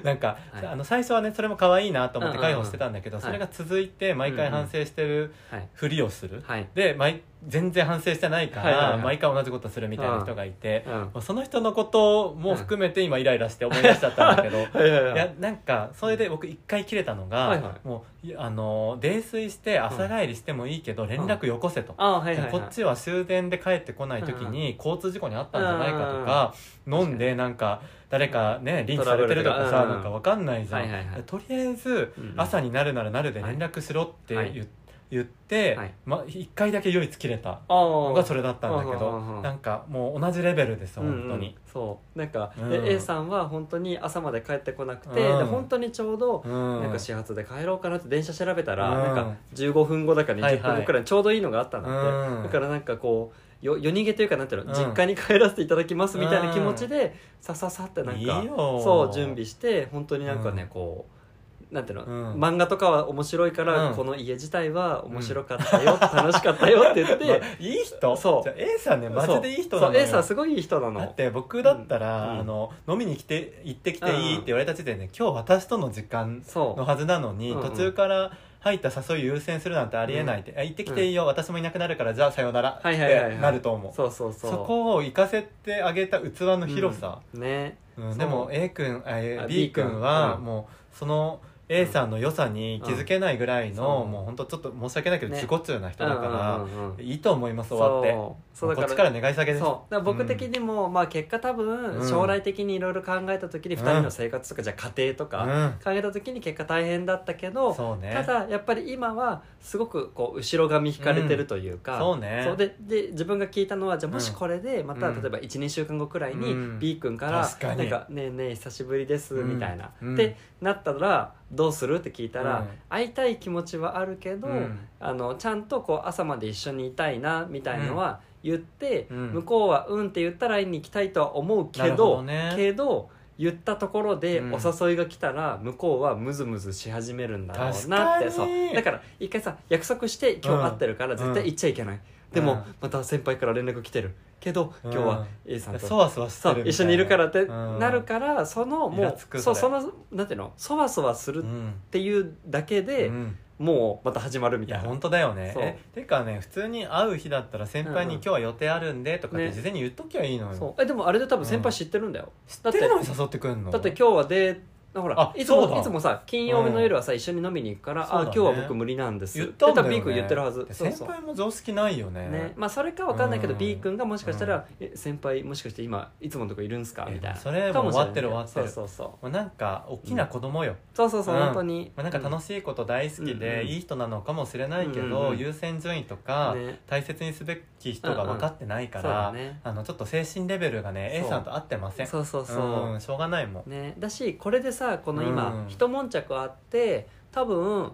Speaker 3: [laughs] なんか、
Speaker 2: はい
Speaker 3: あの最初はねそれも可愛いなと思って
Speaker 2: うんうんう
Speaker 3: 解放
Speaker 2: ん
Speaker 3: してたんだけど、
Speaker 2: はい
Speaker 3: それが続いて毎回反省してる
Speaker 2: はい
Speaker 3: ふりをする、
Speaker 2: はい
Speaker 3: で毎全然反省してないから、
Speaker 2: はいはいはい
Speaker 3: 毎回同じことするみたいな人がいて、
Speaker 2: うん
Speaker 3: その人のことも含めて今イライラして思い出しちゃったんだけどい
Speaker 2: [laughs] はいはい
Speaker 3: やなんかそれで僕一回切れたのが、
Speaker 2: はいはい
Speaker 3: もういあの泥酔して朝帰りしてもいいけど連絡よこせと、
Speaker 2: あはいはいはい
Speaker 3: こっちは終電で帰ってこない時に交通事故にあったんじゃないかとか、飲んでなんか誰かねリンチされてるとか
Speaker 2: トラ
Speaker 3: さ、
Speaker 2: ブル
Speaker 3: な
Speaker 2: とかうん
Speaker 3: んかわかんないじゃん、
Speaker 2: はいはいはい
Speaker 3: とりあえず
Speaker 2: うんうん
Speaker 3: 朝になるならなるで連絡しろって言,、
Speaker 2: はい
Speaker 3: 言って、
Speaker 2: はい
Speaker 3: ま、1回だけ唯一切れた
Speaker 2: あー
Speaker 3: のがそれだったんだけ
Speaker 2: う
Speaker 3: ど
Speaker 2: んうんうんうん
Speaker 3: なんかもう同じレベルです
Speaker 2: うんうん
Speaker 3: 本当に。
Speaker 2: そうなんか、
Speaker 3: うん
Speaker 2: で A さんは本当に朝まで帰ってこなくて、
Speaker 3: うん
Speaker 2: で本当にちょうど、
Speaker 3: うん
Speaker 2: なんか始発で帰ろうかなって電車調べたら、
Speaker 3: うん
Speaker 2: なんか15分後だか20分後くらいにちょうどいいのがあったんだって、
Speaker 3: うん
Speaker 2: だからなんかこうよ夜逃げというかなんていうの、
Speaker 3: うん
Speaker 2: 実家に帰らせていただきますみたいな気持ちで、さささってなん
Speaker 3: いい
Speaker 2: か
Speaker 3: よ
Speaker 2: そう準備して本当になんかね、
Speaker 3: うん
Speaker 2: こうなんていうの、
Speaker 3: うん
Speaker 2: 漫画とかは面白いから、
Speaker 3: うん
Speaker 2: この家自体は面白かったよ、楽しかったよって言って
Speaker 3: まあいい人
Speaker 2: そう
Speaker 3: じゃあ A さんねマジでいい人な
Speaker 2: そう
Speaker 3: の
Speaker 2: そう
Speaker 3: よ
Speaker 2: A さんすごいいい人なの
Speaker 3: だって僕だった
Speaker 2: う
Speaker 3: ら、
Speaker 2: ん
Speaker 3: あの飲みに来て行ってきていいって言われた時点で、今日私との時間
Speaker 2: そう
Speaker 3: のはずなのに、
Speaker 2: うんうん
Speaker 3: 途中から入った誘い優先するなんてありえないって、あ行ってきていいよ、私もいなくなるからじゃあさようならっ
Speaker 2: はいはいはいはい
Speaker 3: てなると思う,、
Speaker 2: そうそうそう
Speaker 3: そこを行かせてあげた器の広さ、
Speaker 2: うんね
Speaker 3: うん
Speaker 2: そう
Speaker 3: でも A 君あえ
Speaker 2: あ
Speaker 3: B 君は
Speaker 2: うん
Speaker 3: もうその A さんの良さに気づけないぐらいの、
Speaker 2: うん
Speaker 3: もう本当ちょっと申し訳ないけど
Speaker 2: ね
Speaker 3: 自己中な人だから、
Speaker 2: うんうんうん
Speaker 3: いいと思います
Speaker 2: そ
Speaker 3: 終わって
Speaker 2: うそう
Speaker 3: もうこ
Speaker 2: だ
Speaker 3: っち
Speaker 2: か
Speaker 3: からら願い下げです
Speaker 2: そうだから僕的にも、まあ結果多
Speaker 3: う
Speaker 2: 分
Speaker 3: ん
Speaker 2: 将来的にいろいろ考えた時に
Speaker 3: う
Speaker 2: 2
Speaker 3: ん
Speaker 2: 人の生活とかじゃあ家庭と
Speaker 3: う
Speaker 2: か
Speaker 3: ん
Speaker 2: 考えた時に結果大変だったけど
Speaker 3: そうね
Speaker 2: ただやっぱり今はすごくこう後ろ髪引かれてるというか、
Speaker 3: そうね
Speaker 2: でで自分が聞いたのはじゃあもしこれでまた
Speaker 3: うん
Speaker 2: 例えば12週間後くらいに
Speaker 3: うん
Speaker 2: B 君から「
Speaker 3: 確かに
Speaker 2: なんかねえねえ久しぶりです」
Speaker 3: うん
Speaker 2: みたいな、
Speaker 3: うん
Speaker 2: ってなったら「どうする?」って聞いたら、
Speaker 3: うん
Speaker 2: 会いたい気持ちはあるけど、
Speaker 3: うん
Speaker 2: あのちゃんとこう朝まで一緒にいたいなみたいのは言って、
Speaker 3: うん
Speaker 2: 向こうは「うん」って言ったら会いに行きたいとは思うけ
Speaker 3: な
Speaker 2: ど
Speaker 3: るほどね
Speaker 2: けど言ったところで
Speaker 3: うん
Speaker 2: お誘いが来たら向こうはムズムズし始めるんだろうなって
Speaker 3: 確かに
Speaker 2: そうだから一回さ約束して今日会ってるから
Speaker 3: うん
Speaker 2: 絶対行っちゃいけない、で
Speaker 3: う
Speaker 2: も
Speaker 3: ん
Speaker 2: また先輩から連絡来てるけど今日は A さんと
Speaker 3: そわそわして
Speaker 2: そ
Speaker 3: るみたい
Speaker 2: う
Speaker 3: な
Speaker 2: 一緒にいるからって
Speaker 3: うん
Speaker 2: なるからその
Speaker 3: イ
Speaker 2: も
Speaker 3: ラ
Speaker 2: う
Speaker 3: つく
Speaker 2: そうそ
Speaker 3: そ
Speaker 2: のなんていうのそわそわする
Speaker 3: う
Speaker 2: っ
Speaker 3: ん
Speaker 2: ていうだけで、
Speaker 3: うん
Speaker 2: もうまた始まるみ
Speaker 3: い
Speaker 2: た
Speaker 3: や
Speaker 2: いな
Speaker 3: 本当だよね
Speaker 2: そう
Speaker 3: えてかね普通に会う日だったら先輩に
Speaker 2: うん
Speaker 3: 今日は予定あるんでとかっ
Speaker 2: ね
Speaker 3: て事前に言っときゃいいのよ
Speaker 2: そうえでもあれで多分先輩知ってるんだよ、
Speaker 3: 知ってるのに誘ってくんの
Speaker 2: だって今日はでほら
Speaker 3: あ
Speaker 2: いつ
Speaker 3: そう
Speaker 2: も
Speaker 3: だ
Speaker 2: いつもさ金曜日の夜はさ、一緒に飲みに行くから、
Speaker 3: そう
Speaker 2: あ
Speaker 3: だね
Speaker 2: 今日は僕無理なんです
Speaker 3: 言ったんだよ
Speaker 2: で
Speaker 3: ね
Speaker 2: 多分 B 君言ってるはず
Speaker 3: で
Speaker 2: そう
Speaker 3: 先
Speaker 2: そう
Speaker 3: 輩も常識ないよね
Speaker 2: ねまあ、それかわかんないけど、
Speaker 3: うん
Speaker 2: B 君がもしかしたら「え先輩もしかして今いつものとこいるんすか?」
Speaker 3: え
Speaker 2: みたいな
Speaker 3: それもう
Speaker 2: かしない
Speaker 3: 終わってる終わってる
Speaker 2: そうそう
Speaker 3: もうなんか大きな子供よ
Speaker 2: そうそうそうそう、
Speaker 3: うん
Speaker 2: 本当に、
Speaker 3: まあなんか
Speaker 2: し
Speaker 3: 楽しいこと大好き
Speaker 2: うんう
Speaker 3: で
Speaker 2: ん
Speaker 3: いい人なのかもしれないけ
Speaker 2: うんう
Speaker 3: ど
Speaker 2: ん
Speaker 3: 優先順位とか
Speaker 2: ね
Speaker 3: 大切にすべき人が分かってないか
Speaker 2: う
Speaker 3: ら
Speaker 2: んうんそうだね
Speaker 3: あのちょっと精神レベルがね
Speaker 2: そう
Speaker 3: A さんと合ってません
Speaker 2: そうそうそう、
Speaker 3: うんしょうがないもん
Speaker 2: ね、だしこれでさこの今、
Speaker 3: うん
Speaker 2: 一悶着あって多分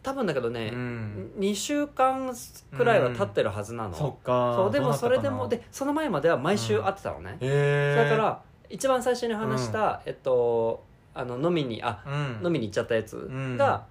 Speaker 2: 多分だけどね、
Speaker 3: うん
Speaker 2: 2週間くらいは経ってるはずなの、
Speaker 3: そっか
Speaker 2: そうで
Speaker 3: どう
Speaker 2: も
Speaker 3: なった
Speaker 2: そ
Speaker 3: かな
Speaker 2: れでもでその前までは毎週会ってたのね、
Speaker 3: へ
Speaker 2: だ
Speaker 3: ー
Speaker 2: から一番最初に話した、えっとあの飲みにあ、
Speaker 3: うん
Speaker 2: 飲みに行っちゃったやつが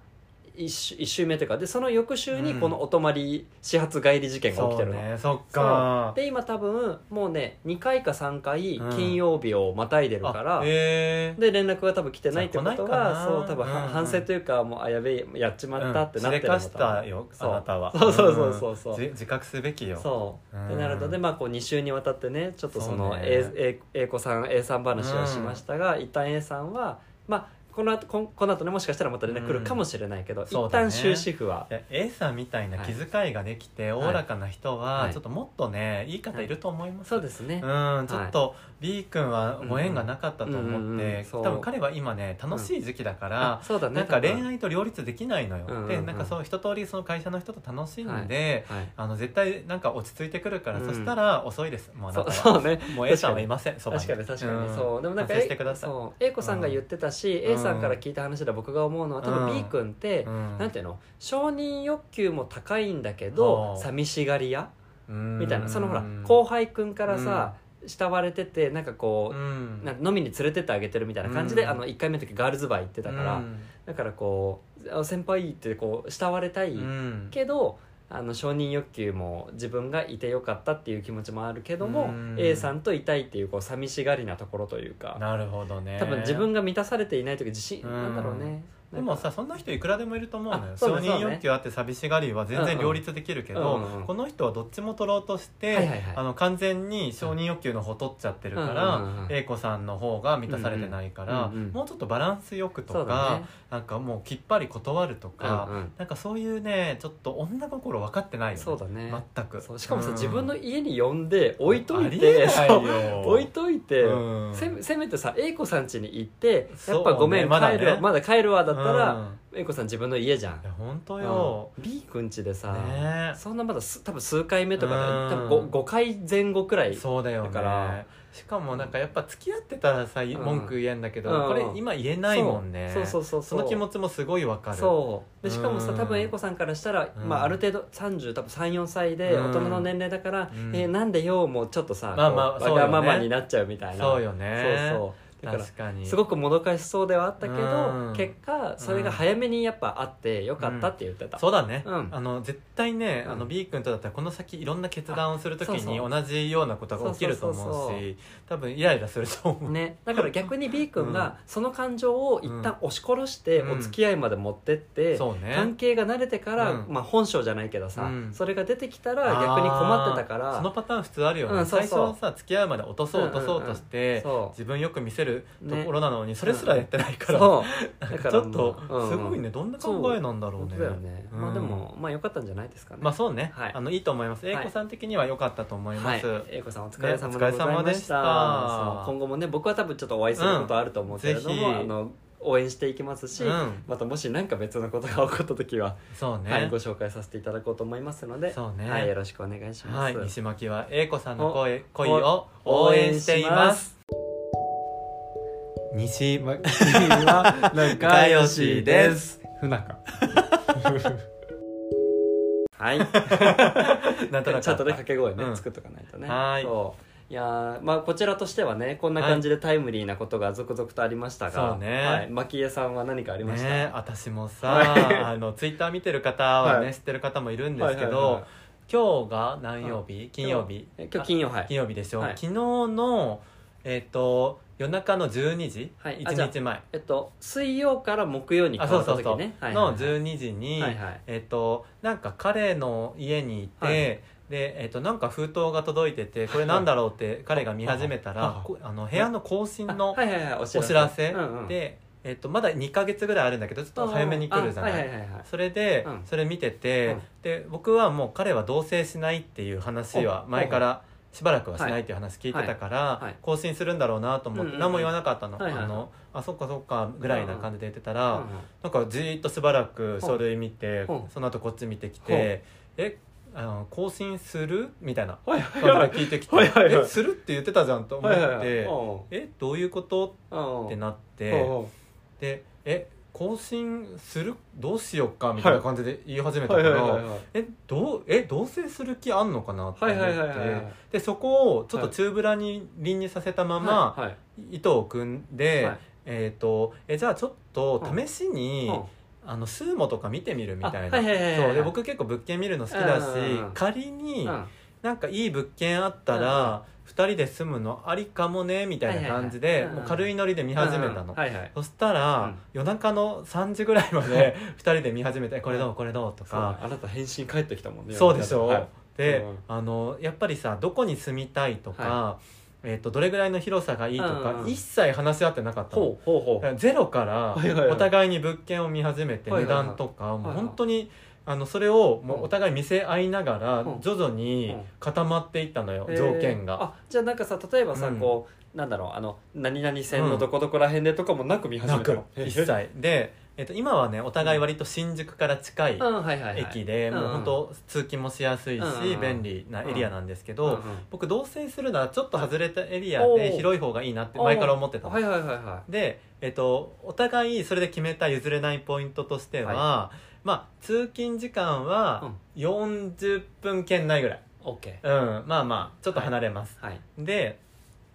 Speaker 2: 一週一週目というかでその翌週に
Speaker 3: うん
Speaker 2: このお泊まり始発帰り事件が起きてるの、
Speaker 3: そうねそっか
Speaker 2: で今多分もうね2回か3回
Speaker 3: うん
Speaker 2: 金曜日をまたいでるから、
Speaker 3: あへー
Speaker 2: で連絡が多分来てないってこと
Speaker 3: じゃあ来ないか
Speaker 2: は
Speaker 3: な
Speaker 2: そう多分は、
Speaker 3: うんうん
Speaker 2: 反省というかもうあやべえやっちまったってなっ
Speaker 3: う
Speaker 2: て
Speaker 3: んしで
Speaker 2: るの
Speaker 3: かしたよあ
Speaker 2: そう
Speaker 3: なたは
Speaker 2: そうそうそうそうそうん
Speaker 3: じ自覚すべきよ
Speaker 2: そう、
Speaker 3: うん
Speaker 2: ってなるので、まあ、こう2週にわたってねちょっとその
Speaker 3: そうね
Speaker 2: A, A, A 子さん A さん話をしましたが、一旦 A さんは、まあ、この後こんこの後ねもしかしたらまた連絡来るかもしれないけど、
Speaker 3: そ
Speaker 2: 一
Speaker 3: うだね
Speaker 2: 旦終止符は、
Speaker 3: で A さんみたいな気遣いができてお
Speaker 2: はい
Speaker 3: おらかな人
Speaker 2: は
Speaker 3: はいちょっともっとねいい方いると思います、
Speaker 2: そうですね、
Speaker 3: うんちょっと B 君はご縁がなかったと
Speaker 2: うんう
Speaker 3: 思っ
Speaker 2: んうんう
Speaker 3: て
Speaker 2: んそ
Speaker 3: 多
Speaker 2: う
Speaker 3: 分彼は今ね楽しい時期だから、
Speaker 2: あそうだね
Speaker 3: なんか
Speaker 2: 多分
Speaker 3: 恋愛と両立できないのよ、
Speaker 2: うんう
Speaker 3: で
Speaker 2: ん
Speaker 3: なんかそう一通りその会社の人と楽しんで、
Speaker 2: はい
Speaker 3: あの絶対なんか落ち着いてくるから、
Speaker 2: うん
Speaker 3: そしたら遅いですもうあな
Speaker 2: そ
Speaker 3: た
Speaker 2: う
Speaker 3: は
Speaker 2: そう [laughs] ね
Speaker 3: もう A さんはいませんそば
Speaker 2: 確かに確かに
Speaker 3: ん
Speaker 2: そうでもなんか
Speaker 3: 反省してください
Speaker 2: そう A 子さんが言ってたし、
Speaker 3: うん
Speaker 2: A さんから聞いた話で僕が思うのは多
Speaker 3: う
Speaker 2: 分
Speaker 3: ん
Speaker 2: B 君って、
Speaker 3: うん
Speaker 2: なんていうの承認欲求も高いんだけど、
Speaker 3: はあ
Speaker 2: 寂しがり屋
Speaker 3: うん
Speaker 2: みたいなそのほら後輩君からさ、慕われててなんかこ
Speaker 3: う
Speaker 2: う、
Speaker 3: ん
Speaker 2: なんか飲みに連れてってあげてるみたいな感じで、
Speaker 3: うん
Speaker 2: あの1回目の時ガールズバー行ってたから、
Speaker 3: うん
Speaker 2: だからこうあ先輩ってこう慕われたい
Speaker 3: うん
Speaker 2: けど、あの承認欲求も自分がいてよかったっていう気持ちもあるけど
Speaker 3: う
Speaker 2: も、
Speaker 3: ん
Speaker 2: A さんといたいっていうこう寂しがりなところというか
Speaker 3: なるほどね
Speaker 2: 多分自分が満たされていない時自信、
Speaker 3: うん
Speaker 2: なんだろうね
Speaker 3: でもさそんな人いくらでもいると思うのよ
Speaker 2: あそう
Speaker 3: 承
Speaker 2: だそうだ
Speaker 3: 認
Speaker 2: ね
Speaker 3: 欲求あって寂しがりは全然両立できるけど、
Speaker 2: うんうんうん
Speaker 3: この人はどっちも取ろうとして、
Speaker 2: はいはいはい
Speaker 3: あの完全に承認欲求の方取っちゃってるから、
Speaker 2: うんうんうんうん
Speaker 3: A 子さんの方が満たされてないから、
Speaker 2: うんうん
Speaker 3: もうちょっとバランスよくと
Speaker 2: そうだ
Speaker 3: か、
Speaker 2: ね
Speaker 3: なんかもうきっぱり断るとか、
Speaker 2: うんうん
Speaker 3: なんかそういうねちょっと女心分かってないよね
Speaker 2: そうだね
Speaker 3: 全く
Speaker 2: そうしかもさ、
Speaker 3: うん
Speaker 2: 自分の家に呼んで置いとい
Speaker 3: ありえ
Speaker 2: て
Speaker 3: ない
Speaker 2: そう
Speaker 3: よ
Speaker 2: [laughs] 置いといて、
Speaker 3: うん
Speaker 2: せめせめてさ A 子さん家に行って
Speaker 3: そう
Speaker 2: や
Speaker 3: ね
Speaker 2: っぱごめん、
Speaker 3: まだ
Speaker 2: 帰
Speaker 3: ね
Speaker 2: るわまだ帰るわだったら、
Speaker 3: うん
Speaker 2: A 子さん自分の家じゃん
Speaker 3: いや本当よ、
Speaker 2: うん B 君家でさ、
Speaker 3: ねえ
Speaker 2: そんなまだす多分数回目とかで、
Speaker 3: うん
Speaker 2: 多分 5, 回前後くらい
Speaker 3: そうだよね
Speaker 2: だから
Speaker 3: しかもなんかやっぱ付き合ってたらさ、
Speaker 2: ん
Speaker 3: 文句言えんだけど、
Speaker 2: うん
Speaker 3: これ今言えないもんね
Speaker 2: そうそうそう
Speaker 3: そうの気持ちもすごいわかる
Speaker 2: そうでしかもさ
Speaker 3: うん
Speaker 2: 多分 A 子さんからしたら、
Speaker 3: うん
Speaker 2: まあ、ある程度30多分34歳で
Speaker 3: うん
Speaker 2: 大人の年齢だから、
Speaker 3: うん
Speaker 2: えーなんでよもうちょっとさ、
Speaker 3: まあまあ
Speaker 2: こ
Speaker 3: そうう
Speaker 2: わ
Speaker 3: よ
Speaker 2: が
Speaker 3: ね
Speaker 2: ままになっちゃうみたいな
Speaker 3: そうよね
Speaker 2: そうそうだから
Speaker 3: 確かに
Speaker 2: すごくもどかしそうではあったけど、
Speaker 3: うん
Speaker 2: 結果それが早めにやっぱあってよかったって言ってた、
Speaker 3: そうだね、
Speaker 2: うん
Speaker 3: あの絶対ね、
Speaker 2: うん
Speaker 3: あの B 君とだったらこの先いろんな決断をするとき
Speaker 2: あそう
Speaker 3: に
Speaker 2: そう
Speaker 3: 同じようなことが起きると思
Speaker 2: そう
Speaker 3: う
Speaker 2: そうそう
Speaker 3: し多分イライラすると
Speaker 2: [laughs]
Speaker 3: 思う、
Speaker 2: ね、だから逆に B 君
Speaker 3: うん
Speaker 2: がその感情を一旦押し殺して
Speaker 3: うん
Speaker 2: お付き合いまで持ってって、
Speaker 3: そうね
Speaker 2: 関係が慣れてから、
Speaker 3: うん
Speaker 2: まあ、本性じゃないけどさ、
Speaker 3: うん
Speaker 2: それが出てきたら逆に困ってたか
Speaker 3: あー
Speaker 2: ら
Speaker 3: そのパターン普通あるよね、
Speaker 2: うんそうそう
Speaker 3: 最初はさ付き合うまで落とそう落とそうとして、
Speaker 2: そ
Speaker 3: 自分よく見せると
Speaker 2: ね
Speaker 3: ころなのに、それすらやってないから、
Speaker 2: そう
Speaker 3: なん
Speaker 2: だ
Speaker 3: か
Speaker 2: か
Speaker 3: ち
Speaker 2: ら
Speaker 3: ょっ
Speaker 2: も
Speaker 3: と
Speaker 2: う
Speaker 3: すごい
Speaker 2: うん
Speaker 3: ねどんな考えなんだろう
Speaker 2: 本
Speaker 3: ね
Speaker 2: 当だよね、
Speaker 3: うん
Speaker 2: まあでもまあ良かったんじゃないですかね
Speaker 3: まあそうね、
Speaker 2: はい
Speaker 3: あのいいと思います
Speaker 2: い
Speaker 3: A 子さん的には良かったと思い
Speaker 2: は
Speaker 3: ま
Speaker 2: い
Speaker 3: す、、
Speaker 2: 英子さんお疲れ様
Speaker 3: ね
Speaker 2: で
Speaker 3: お疲
Speaker 2: ござ
Speaker 3: れ
Speaker 2: い
Speaker 3: 様
Speaker 2: ま
Speaker 3: で
Speaker 2: し,
Speaker 3: したた
Speaker 2: そう、今後もね僕は多分ちょっとお会いすることあると思うけれども、
Speaker 3: うんぜひ
Speaker 2: あの応援していきますし、
Speaker 3: うん
Speaker 2: またもし何か別のことが起こった時は、
Speaker 3: そうね、
Speaker 2: はい、ご紹介させていただこうと思いますので、
Speaker 3: そうね
Speaker 2: はい、よろしくお願いしま
Speaker 3: はい
Speaker 2: す、
Speaker 3: 西巻は A 子さんの
Speaker 2: お
Speaker 3: 声恋を応援しています
Speaker 1: 西
Speaker 3: [laughs] 君は
Speaker 1: 仲良しです
Speaker 3: 不仲
Speaker 2: は
Speaker 3: [laughs]
Speaker 2: い
Speaker 3: なんとなく
Speaker 2: ちゃんとね掛け声ね、
Speaker 3: うん
Speaker 2: 作っとかないとね
Speaker 3: はい
Speaker 2: そういやーまあこちらとしてはねこんな感じでタイムリーなことが続々とありましたが、
Speaker 3: そうね
Speaker 2: はい、蒔江さんは何かありました、
Speaker 3: ね私もさ、
Speaker 2: はい
Speaker 3: あのツイッター見てる方はね、
Speaker 2: はい
Speaker 3: 知ってる方もいるんですけど、
Speaker 2: はいはいはい
Speaker 3: 今日が何曜日、金曜日
Speaker 2: え今日金曜はい
Speaker 3: 金曜日でしょ、
Speaker 2: はい
Speaker 3: 昨日のえっ、と夜中の12時、
Speaker 2: はいあじゃあ
Speaker 3: 1日前
Speaker 2: えっと水曜から木曜に
Speaker 3: あ
Speaker 2: 変
Speaker 3: そ
Speaker 2: わ
Speaker 3: う
Speaker 2: った
Speaker 3: そう
Speaker 2: 時
Speaker 3: そう、
Speaker 2: ねはいはいはい
Speaker 3: の12時に、
Speaker 2: はいはい
Speaker 3: えっ、となんか彼の家にいて、
Speaker 2: はい
Speaker 3: でえっとなんか封筒が届いててこれなんだろうって彼が見始めた
Speaker 2: は
Speaker 3: ら
Speaker 2: い
Speaker 3: こあの部屋の更新
Speaker 2: あ
Speaker 3: の
Speaker 2: はいはいはいお
Speaker 3: お知らせ
Speaker 2: うんうん
Speaker 3: で、えっとまだ2ヶ月ぐらいあるんだけどちょっと早めに来るじゃない
Speaker 2: あはいはいはいはい
Speaker 3: それで、
Speaker 2: うん
Speaker 3: それ見てて、
Speaker 2: うん
Speaker 3: で僕はもう彼は同棲しないっていう話は
Speaker 2: お
Speaker 3: 前からしばらくはしないっていう話聞いてたから、
Speaker 2: いはい
Speaker 3: 更新するんだろうなと思っ
Speaker 2: うんうん
Speaker 3: て
Speaker 2: うん
Speaker 3: 何も言わなかったの,、
Speaker 2: はいはいはい
Speaker 3: あのあそっかそっかぐらいな感じで言ってた
Speaker 2: う
Speaker 3: ら、
Speaker 2: んうん
Speaker 3: なんかじーっとしばらく書類見て、
Speaker 2: うん
Speaker 3: その後こっち見てきて「えあの更新する?」みたいな
Speaker 2: [laughs] はい
Speaker 3: 感じ
Speaker 2: はい
Speaker 3: で
Speaker 2: はい
Speaker 3: 聞いてきて「
Speaker 2: はいはいはい
Speaker 3: えする?」って言ってたじゃんと思っ
Speaker 2: は
Speaker 3: て「
Speaker 2: いはいはいうん
Speaker 3: えどういうこと?」
Speaker 2: うん
Speaker 3: ってなって。
Speaker 2: うん
Speaker 3: で「え更新するどうしようか」みたいな感じで言い始めたか
Speaker 2: はいはいはい
Speaker 3: ら「えどうえ同棲する気あんのかな?」って
Speaker 2: は
Speaker 3: 思
Speaker 2: いはいはいはいはい
Speaker 3: ってでそこをちょっと中ぶらに輪にさせたまま
Speaker 2: はいはい
Speaker 3: 糸を組んで、
Speaker 2: はい
Speaker 3: えっ、とえじゃあちょっと試しに、
Speaker 2: うん
Speaker 3: あのスーモとか見てみるみたいな。
Speaker 2: あはいはいはいはい
Speaker 3: そうで僕結構物件見るの好きだし
Speaker 2: うんうんうん
Speaker 3: 仮に
Speaker 2: うん
Speaker 3: なんかいい物件あったら2人で住むのありかもねみたいな感じ
Speaker 2: はいは
Speaker 3: で
Speaker 2: いはいうんうん
Speaker 3: もう軽いノリで見始めたの
Speaker 2: はいはい
Speaker 3: そしたら、
Speaker 2: うん
Speaker 3: 夜中の3時ぐらいまで2人で見始めて「これどうこれどう」と
Speaker 2: そう
Speaker 3: か
Speaker 2: あなた返信返ってきたもんね
Speaker 3: そうでしょ、
Speaker 2: はい
Speaker 3: で、
Speaker 2: うん
Speaker 3: あのやっぱりさどこに住みたいとか、
Speaker 2: は
Speaker 3: えっとどれぐらいの広さがいいと
Speaker 2: うん
Speaker 3: か
Speaker 2: うん
Speaker 3: 一切話し合ってなかったの
Speaker 2: ほうほうほ
Speaker 3: だからゼロから
Speaker 2: はいはいはい
Speaker 3: お互いに物件を見始めて
Speaker 2: はい
Speaker 3: 値
Speaker 2: はいはい
Speaker 3: 段とかもう
Speaker 2: はいはい
Speaker 3: 本当にあのそれをも
Speaker 2: うん
Speaker 3: うお互い見せ合いながら
Speaker 2: うん
Speaker 3: 徐々に
Speaker 2: うん
Speaker 3: 固まっていったのよ
Speaker 2: う
Speaker 3: 条件
Speaker 2: へー
Speaker 3: が。
Speaker 2: あじゃあなんかさ例えばさ、
Speaker 3: うん
Speaker 2: こうなんだろうあの何々線のどこどこら辺でとかもなく見始
Speaker 3: な
Speaker 2: めた
Speaker 3: く
Speaker 2: の、
Speaker 3: 一切で、えっと今はねお互い割と新宿から近い
Speaker 2: うんはいはいはい
Speaker 3: 駅でもう本当通勤もしやすいし
Speaker 2: うん
Speaker 3: 便利なエリアなんですけ
Speaker 2: うんうん
Speaker 3: ど僕同棲するならちょっと外れたエリア
Speaker 2: お
Speaker 3: で
Speaker 2: ー
Speaker 3: 広い方がいいなって前から思ってたの
Speaker 2: はいはいはいは
Speaker 3: で、えっと、お互いそれで決めた譲れないポイントとしては、まあ、通勤時間は40分圏内ぐらい、
Speaker 2: い OK
Speaker 3: うん、まあまあちょっと離れます、
Speaker 2: はい、
Speaker 3: で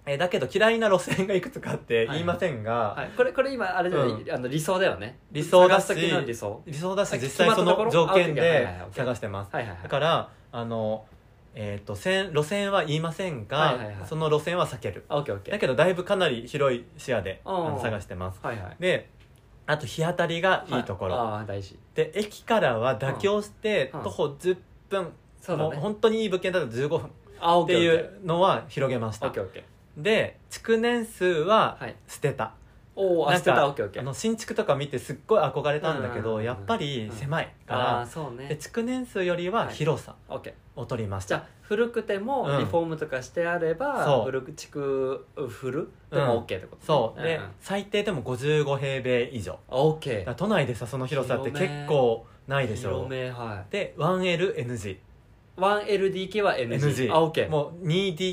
Speaker 3: えだけど嫌いな路線がいくつかあって言いませんが、
Speaker 2: はい、これこれ今あれだよね、
Speaker 3: う
Speaker 2: あの理想だよね
Speaker 3: 理想だし
Speaker 2: 探す時の理想
Speaker 3: 理想だし
Speaker 2: はい
Speaker 3: 実際その条件で探してます
Speaker 2: はいはいはい
Speaker 3: だからあの、えっと線路線は言いませんが、
Speaker 2: はいはいはい
Speaker 3: その路線は避ける
Speaker 2: あ OKOK
Speaker 3: だけどだいぶかなり広い視野であ
Speaker 2: おー
Speaker 3: の探してます
Speaker 2: はいはい
Speaker 3: であと日当たりがいいところ、
Speaker 2: ああ大事
Speaker 3: で駅からは妥協して
Speaker 2: うん
Speaker 3: 徒歩10分、
Speaker 2: そうだ
Speaker 3: もう
Speaker 2: ね
Speaker 3: 本当にいい物件だと15分
Speaker 2: あ
Speaker 3: っていうのは広げました
Speaker 2: OKOK
Speaker 3: で築年数は
Speaker 2: はい
Speaker 3: 捨てた、
Speaker 2: おおあ
Speaker 3: なん
Speaker 2: 捨てた
Speaker 3: か
Speaker 2: OKOK
Speaker 3: あの新築とか見てすっごい憧れたんだけ
Speaker 2: うんうん
Speaker 3: ど
Speaker 2: うん
Speaker 3: やっぱり狭いか
Speaker 2: ああ
Speaker 3: ら、
Speaker 2: そう
Speaker 3: で
Speaker 2: ね
Speaker 3: 築年数よりは広さ
Speaker 2: OK
Speaker 3: を取りまし
Speaker 2: じ
Speaker 3: た、
Speaker 2: ゃあ古くても
Speaker 3: うん
Speaker 2: リフォームとかしてあれば、
Speaker 3: そう
Speaker 2: 古く築古でも OK ってこと、ね
Speaker 3: そうで、
Speaker 2: んん
Speaker 3: 最低でも55平米以上
Speaker 2: あ OK
Speaker 3: だから都内でさその広さって
Speaker 2: 広
Speaker 3: 結
Speaker 2: め
Speaker 3: 構ないでしょ
Speaker 2: 広めは
Speaker 3: で 1LNG
Speaker 2: い 1LDK は NG,
Speaker 3: NG
Speaker 2: あ OK
Speaker 3: もう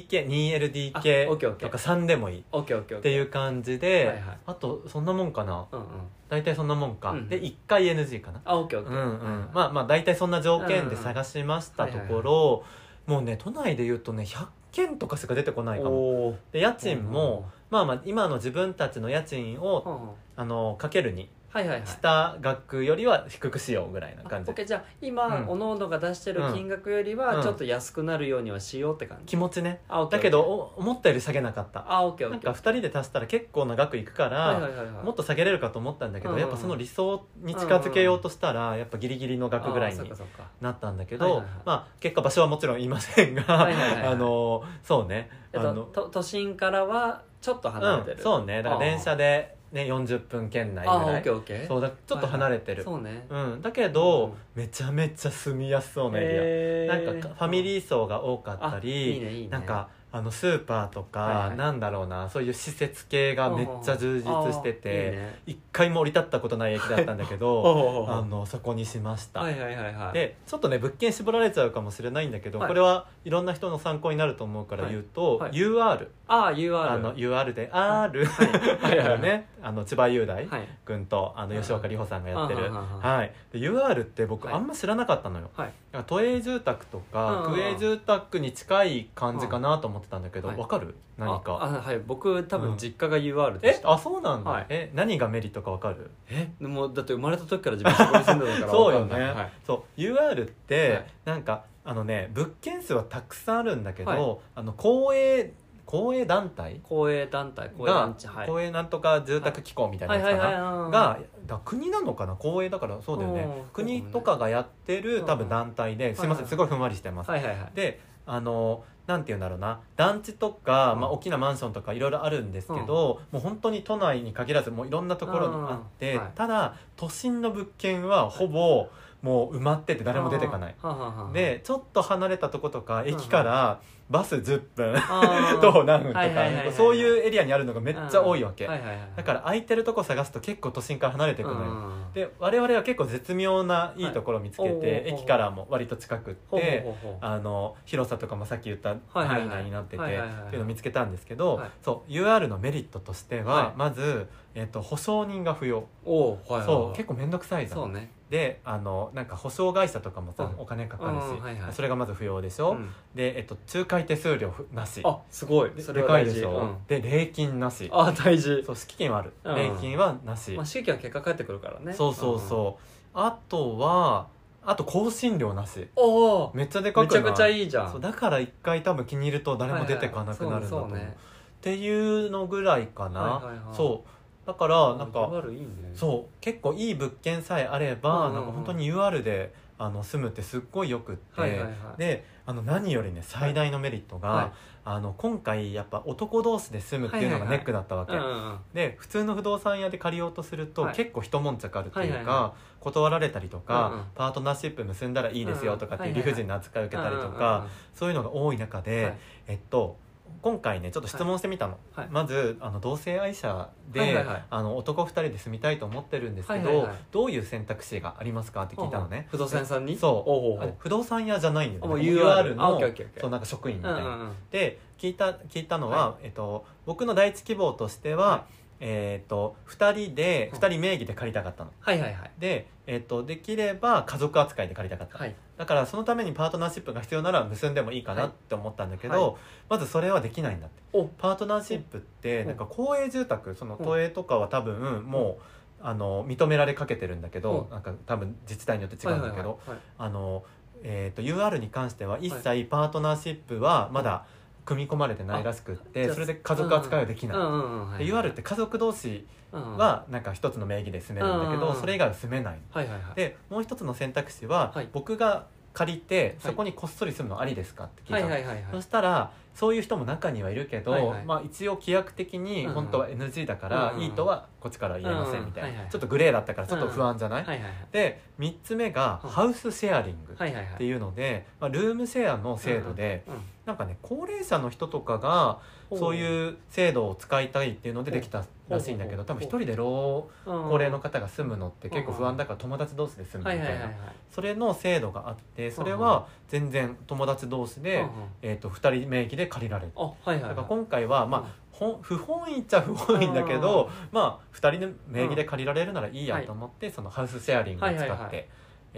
Speaker 3: 2DK2LDK
Speaker 2: あ OKOK
Speaker 3: とか3でもいい
Speaker 2: OKOK
Speaker 3: っていうう感じで、
Speaker 2: はいはい
Speaker 3: あとそんなもんかな
Speaker 2: うんうん
Speaker 3: 大体そんなもんか、
Speaker 2: うん
Speaker 3: で1回 NG かな
Speaker 2: あ OKOK、
Speaker 3: うんうんまあまあ大体そんな条件で探しましたところ、もうね都内で言うとね100件とかしか出てこないかも
Speaker 2: おお
Speaker 3: で家賃も、まあまあ今の自分たちの家賃を、
Speaker 2: うんうんは
Speaker 3: あのかけるに
Speaker 2: いはいはい
Speaker 3: した額よりは低くしようぐらいな感じ、
Speaker 2: OK じゃあ今、
Speaker 3: うん
Speaker 2: おのおのが出してる金額よりは
Speaker 3: うん
Speaker 2: ちょっと安くなるようにはしようって感じ、
Speaker 3: 気持ちね
Speaker 2: あ OK
Speaker 3: だけどお思ったより下げなかった
Speaker 2: あ OKOK
Speaker 3: なんか2人で足したら結構な額いくから、
Speaker 2: はいはいはいはい
Speaker 3: もっと下げれるかと思ったんだけど、
Speaker 2: うん
Speaker 3: やっぱその理想に近づけようとしたら、やっぱギリギリの額ぐらい
Speaker 2: あーそっ
Speaker 3: に
Speaker 2: かそっか
Speaker 3: なったんだけど、
Speaker 2: はいはいはい
Speaker 3: まあ結果場所はもちろん言いませんが、
Speaker 2: はいはいはいはい
Speaker 3: あのそうね
Speaker 2: え
Speaker 3: あ
Speaker 2: っと
Speaker 3: の、
Speaker 2: と都心からはちょっと離れてる、
Speaker 3: うん、そうねだから電車で、ね、40分圏内ぐ
Speaker 2: ああ
Speaker 3: らい
Speaker 2: OKOK
Speaker 3: そうだちょっと離れてる、
Speaker 2: そうね
Speaker 3: うん、だけど、
Speaker 2: うん
Speaker 3: めちゃめちゃ住みやすそうなエリア、
Speaker 2: へー
Speaker 3: なんかファミリー層が多かった
Speaker 2: あ
Speaker 3: り
Speaker 2: いいねいいね
Speaker 3: なんかあのスーパーとか、
Speaker 2: はいはい
Speaker 3: なんだろうなそういう施設系がめっちゃ充実して
Speaker 2: あーいい
Speaker 3: て
Speaker 2: ね
Speaker 3: 一、回も降り立ったことない駅だったんだけ
Speaker 2: [laughs]
Speaker 3: どあ
Speaker 2: あ
Speaker 3: のそこにしました、
Speaker 2: はいはいはいはい
Speaker 3: でちょっとね物件絞られちゃうかもしれないんだけど、
Speaker 2: はい
Speaker 3: これはいろんな人の参考になると思うから言うと、
Speaker 2: はいはい
Speaker 3: UR
Speaker 2: ああ UR
Speaker 3: あの UR で R
Speaker 2: はいはいはい
Speaker 3: ねあの千葉雄大
Speaker 2: はい
Speaker 3: 君とあの吉岡里帆さんがやってる、
Speaker 2: うんうんうんうん
Speaker 3: はい、で UR って僕
Speaker 2: はい
Speaker 3: あんま知らなかったのよ、
Speaker 2: はい
Speaker 3: なんか都営住宅と
Speaker 2: うん
Speaker 3: か
Speaker 2: うん
Speaker 3: 区営住宅に近い感じかなと思ってたんだけど
Speaker 2: はい
Speaker 3: わかる何
Speaker 2: ああ
Speaker 3: か
Speaker 2: はい僕多
Speaker 3: う
Speaker 2: 分
Speaker 3: ん
Speaker 2: 実家が UR で
Speaker 3: え
Speaker 2: した
Speaker 3: あそうなんだ、
Speaker 2: はい
Speaker 3: え何がメリットかわかる
Speaker 2: えもうだって生まれた時から自分そこに住んでたから
Speaker 3: そうよ
Speaker 2: わかん
Speaker 3: ね、
Speaker 2: ないはい
Speaker 3: そう UR って、
Speaker 2: はい
Speaker 3: なんかあのね物件数はたくさんあるんだけど、
Speaker 2: はい
Speaker 3: あの公営公営団体
Speaker 2: 公営団体公営
Speaker 3: が
Speaker 2: 団地はい
Speaker 3: 公営なんとか住宅機構みたいな
Speaker 2: はい
Speaker 3: やつ
Speaker 2: はい
Speaker 3: かな、
Speaker 2: はいうん
Speaker 3: がだ国なのかな公営だからそうだよ
Speaker 2: うんそう
Speaker 3: ね
Speaker 2: だね
Speaker 3: 国とかがやってる多分団体で
Speaker 2: ん
Speaker 3: すいま
Speaker 2: は
Speaker 3: せ
Speaker 2: い
Speaker 3: ん
Speaker 2: はい
Speaker 3: すごいふんわりしてます
Speaker 2: はいはいはい
Speaker 3: であのなんて言うんだろうな団地とか、
Speaker 2: うん
Speaker 3: まあ、大きなマンションとかいろいろあるんですけど、もう本当に都内に限らずもういろんなところにあって、
Speaker 2: うんはい
Speaker 3: ただ都心の物件はほぼもう埋まってて誰も出てかない。
Speaker 2: あーはんはんはん
Speaker 3: でちょっと離れたとことか
Speaker 2: ん
Speaker 3: 駅からバス10分
Speaker 2: あ
Speaker 3: [laughs]
Speaker 2: ー
Speaker 3: 徒歩何分と
Speaker 2: はいはいはいはいは
Speaker 3: か
Speaker 2: い
Speaker 3: そういうエリアにあるのがめっちゃ多いわけ
Speaker 2: はいはいはい
Speaker 3: だから空いてるとこ探すと結構都心から離れていくのよ、
Speaker 2: うん
Speaker 3: で我々は結構絶妙ないいところを見つけ
Speaker 2: はいお
Speaker 3: て、
Speaker 2: ー
Speaker 3: 駅からも割と近くって
Speaker 2: ほうほうほうほう
Speaker 3: あの広さとかもさっき言った
Speaker 2: はいはいは
Speaker 3: 範
Speaker 2: い
Speaker 3: 囲内になっててっ
Speaker 2: はい
Speaker 3: て
Speaker 2: はいはいはい
Speaker 3: いうのを見つけたんですけど、
Speaker 2: はい
Speaker 3: そう UR のメリットとしては、
Speaker 2: はい
Speaker 3: まず、えっと保証人が不要、
Speaker 2: おーはいはい
Speaker 3: そう
Speaker 2: はい
Speaker 3: 結構面倒くさいじゃ、
Speaker 2: そうんね
Speaker 3: であのなんか保証会社とかもさ、
Speaker 2: うん
Speaker 3: お金かかるし、
Speaker 2: うんはいはい
Speaker 3: それがまず不要でしょ、
Speaker 2: うん
Speaker 3: で、えっと仲介手数料ふなし
Speaker 2: あすごい
Speaker 3: で
Speaker 2: それ
Speaker 3: で
Speaker 2: は
Speaker 3: かい
Speaker 2: 大
Speaker 3: で
Speaker 2: 事
Speaker 3: しょ、
Speaker 2: うん
Speaker 3: で礼金なし
Speaker 2: あ大事
Speaker 3: そう敷金はある、
Speaker 2: うん
Speaker 3: 礼金はなし、
Speaker 2: まあ周期は結果返ってくるからね
Speaker 3: そうそうそう、あとはあと更新料なし
Speaker 2: うんおお
Speaker 3: めっちゃでか
Speaker 2: め
Speaker 3: く
Speaker 2: ち
Speaker 3: ない
Speaker 2: ゃくちゃいいじゃん
Speaker 3: そうだから一回多分気に入ると誰も出てかなくなるんだと思う,、
Speaker 2: はいはいはい
Speaker 3: っていうのぐらいかな、
Speaker 2: はいはいはい
Speaker 3: そうだから
Speaker 2: そうね
Speaker 3: なん
Speaker 2: あ
Speaker 3: か
Speaker 2: いいね
Speaker 3: そう結構いい物件さえあれば、
Speaker 2: うんうんうん
Speaker 3: なんか本当に UR であの住むってすっごいよくって、
Speaker 2: はいはいはい
Speaker 3: であの何よりね最大のメリットが、
Speaker 2: はい
Speaker 3: あの今回やっぱ男同士で住むっていうのが
Speaker 2: はいは
Speaker 3: ネ
Speaker 2: いはい
Speaker 3: ックだったわけ、
Speaker 2: うんうんうん
Speaker 3: で普通の不動産屋で借りようとすると、
Speaker 2: はい
Speaker 3: 結構一悶着あるというか、
Speaker 2: はいはいは
Speaker 3: 断られたりとか、
Speaker 2: うんうん
Speaker 3: パートナーシップ結んだらいいですよとかっていう
Speaker 2: うんうん
Speaker 3: 理不尽な扱いを受けたりとか、
Speaker 2: うんうんうん
Speaker 3: そういうのが多い中で、
Speaker 2: はい
Speaker 3: えっと今回ねちょっと質問してみたの、
Speaker 2: はい
Speaker 3: まずあの同性愛者で、
Speaker 2: はいはいはい
Speaker 3: あの男2人で住みたいと思ってるんですけど、
Speaker 2: はいはいはい
Speaker 3: どういう選択肢がありますかって聞いたのね、
Speaker 2: 不動産屋さんに
Speaker 3: そう
Speaker 2: おうおうお
Speaker 3: あ
Speaker 2: う
Speaker 3: 不動産屋じゃないんだ
Speaker 2: あ
Speaker 3: よ
Speaker 2: もう
Speaker 3: ね
Speaker 2: UR あ
Speaker 3: の
Speaker 2: オッケーオッケーオッケー
Speaker 3: そうなんか職員みたいな、
Speaker 2: うんうんうん
Speaker 3: で聞いた聞いたのは、えっと、僕の第一希望としては、
Speaker 2: は
Speaker 3: えっと2人で
Speaker 2: うん
Speaker 3: 2人名義で借りたかったの。
Speaker 2: はいはいはい
Speaker 3: で、えっと、できれば家族扱いで借りたかった、
Speaker 2: はい
Speaker 3: だからそのためにパートナーシップが必要なら結んでもいいかなって思ったんだけど、
Speaker 2: は
Speaker 3: まずそれはできないんだって
Speaker 2: お
Speaker 3: パートナーシップって
Speaker 2: うん
Speaker 3: なんか公営住宅その
Speaker 2: うん
Speaker 3: 都営とかは多分もう、あの認められかけてるんだけど、
Speaker 2: うん
Speaker 3: なんか多分自治体によって違うんだけど、
Speaker 2: はいはいはい
Speaker 3: あの、えー、と UR に関しては一切パートナーシップはまだ組み込まれてないらしくっ
Speaker 2: あじ
Speaker 3: て
Speaker 2: ゃあ
Speaker 3: それで家族扱いはできない、
Speaker 2: うんうんうんはい
Speaker 3: で UR って家族同士
Speaker 2: うんうん
Speaker 3: はなんか一つの名義で住めるんだけ
Speaker 2: うんうん
Speaker 3: ど、
Speaker 2: うん
Speaker 3: それ以外は住めない
Speaker 2: はいはいはい
Speaker 3: でもう一つの選択肢は、
Speaker 2: はい
Speaker 3: 僕が借りて
Speaker 2: は
Speaker 3: そ
Speaker 2: い
Speaker 3: こにこっそり住むのありですかって聞いた
Speaker 2: は
Speaker 3: の、
Speaker 2: いはいはいはい
Speaker 3: そしたらそういう人も中にはいるけど、
Speaker 2: はいはい
Speaker 3: まあ、一応規約的に
Speaker 2: うんうん
Speaker 3: 本当は NG だか
Speaker 2: う
Speaker 3: ら
Speaker 2: ん、うん
Speaker 3: いいとはこっちからは言えませんみたいな、
Speaker 2: うんうんはいはい
Speaker 3: ちょっとグレーだったからちょっと不安じゃない、
Speaker 2: はいはいはい
Speaker 3: で3つ目が
Speaker 2: うん
Speaker 3: ハウスシェアリング、
Speaker 2: はいはいはい
Speaker 3: っていうので、まあ、ルームシェアの制度で、
Speaker 2: うん
Speaker 3: なんかね高齢者の人とかが
Speaker 2: ほう
Speaker 3: そういう制度を使いたいっていうのでできたらしいんだけど
Speaker 2: ほ
Speaker 3: 多
Speaker 2: うほうほう
Speaker 3: 分一人で老
Speaker 2: う
Speaker 3: 高
Speaker 2: ん
Speaker 3: 齢の方が住むのって結構不安だから友達同士で住む
Speaker 2: はい
Speaker 3: み
Speaker 2: は
Speaker 3: た
Speaker 2: いはい
Speaker 3: い
Speaker 2: はい
Speaker 3: なそれの制度があってそれは全然友達同士
Speaker 2: うんう
Speaker 3: で
Speaker 2: ん、
Speaker 3: えー、と2人名義で借りられる。
Speaker 2: あはいはい
Speaker 3: だ
Speaker 2: はい
Speaker 3: から今回は、
Speaker 2: うん
Speaker 3: まあ、ほん不本意っちゃ不本意だけど、まあ、2人の名義で借りられるならいいやと思って、そのハウスシェアリングを使って、
Speaker 2: はいはいはい
Speaker 3: えー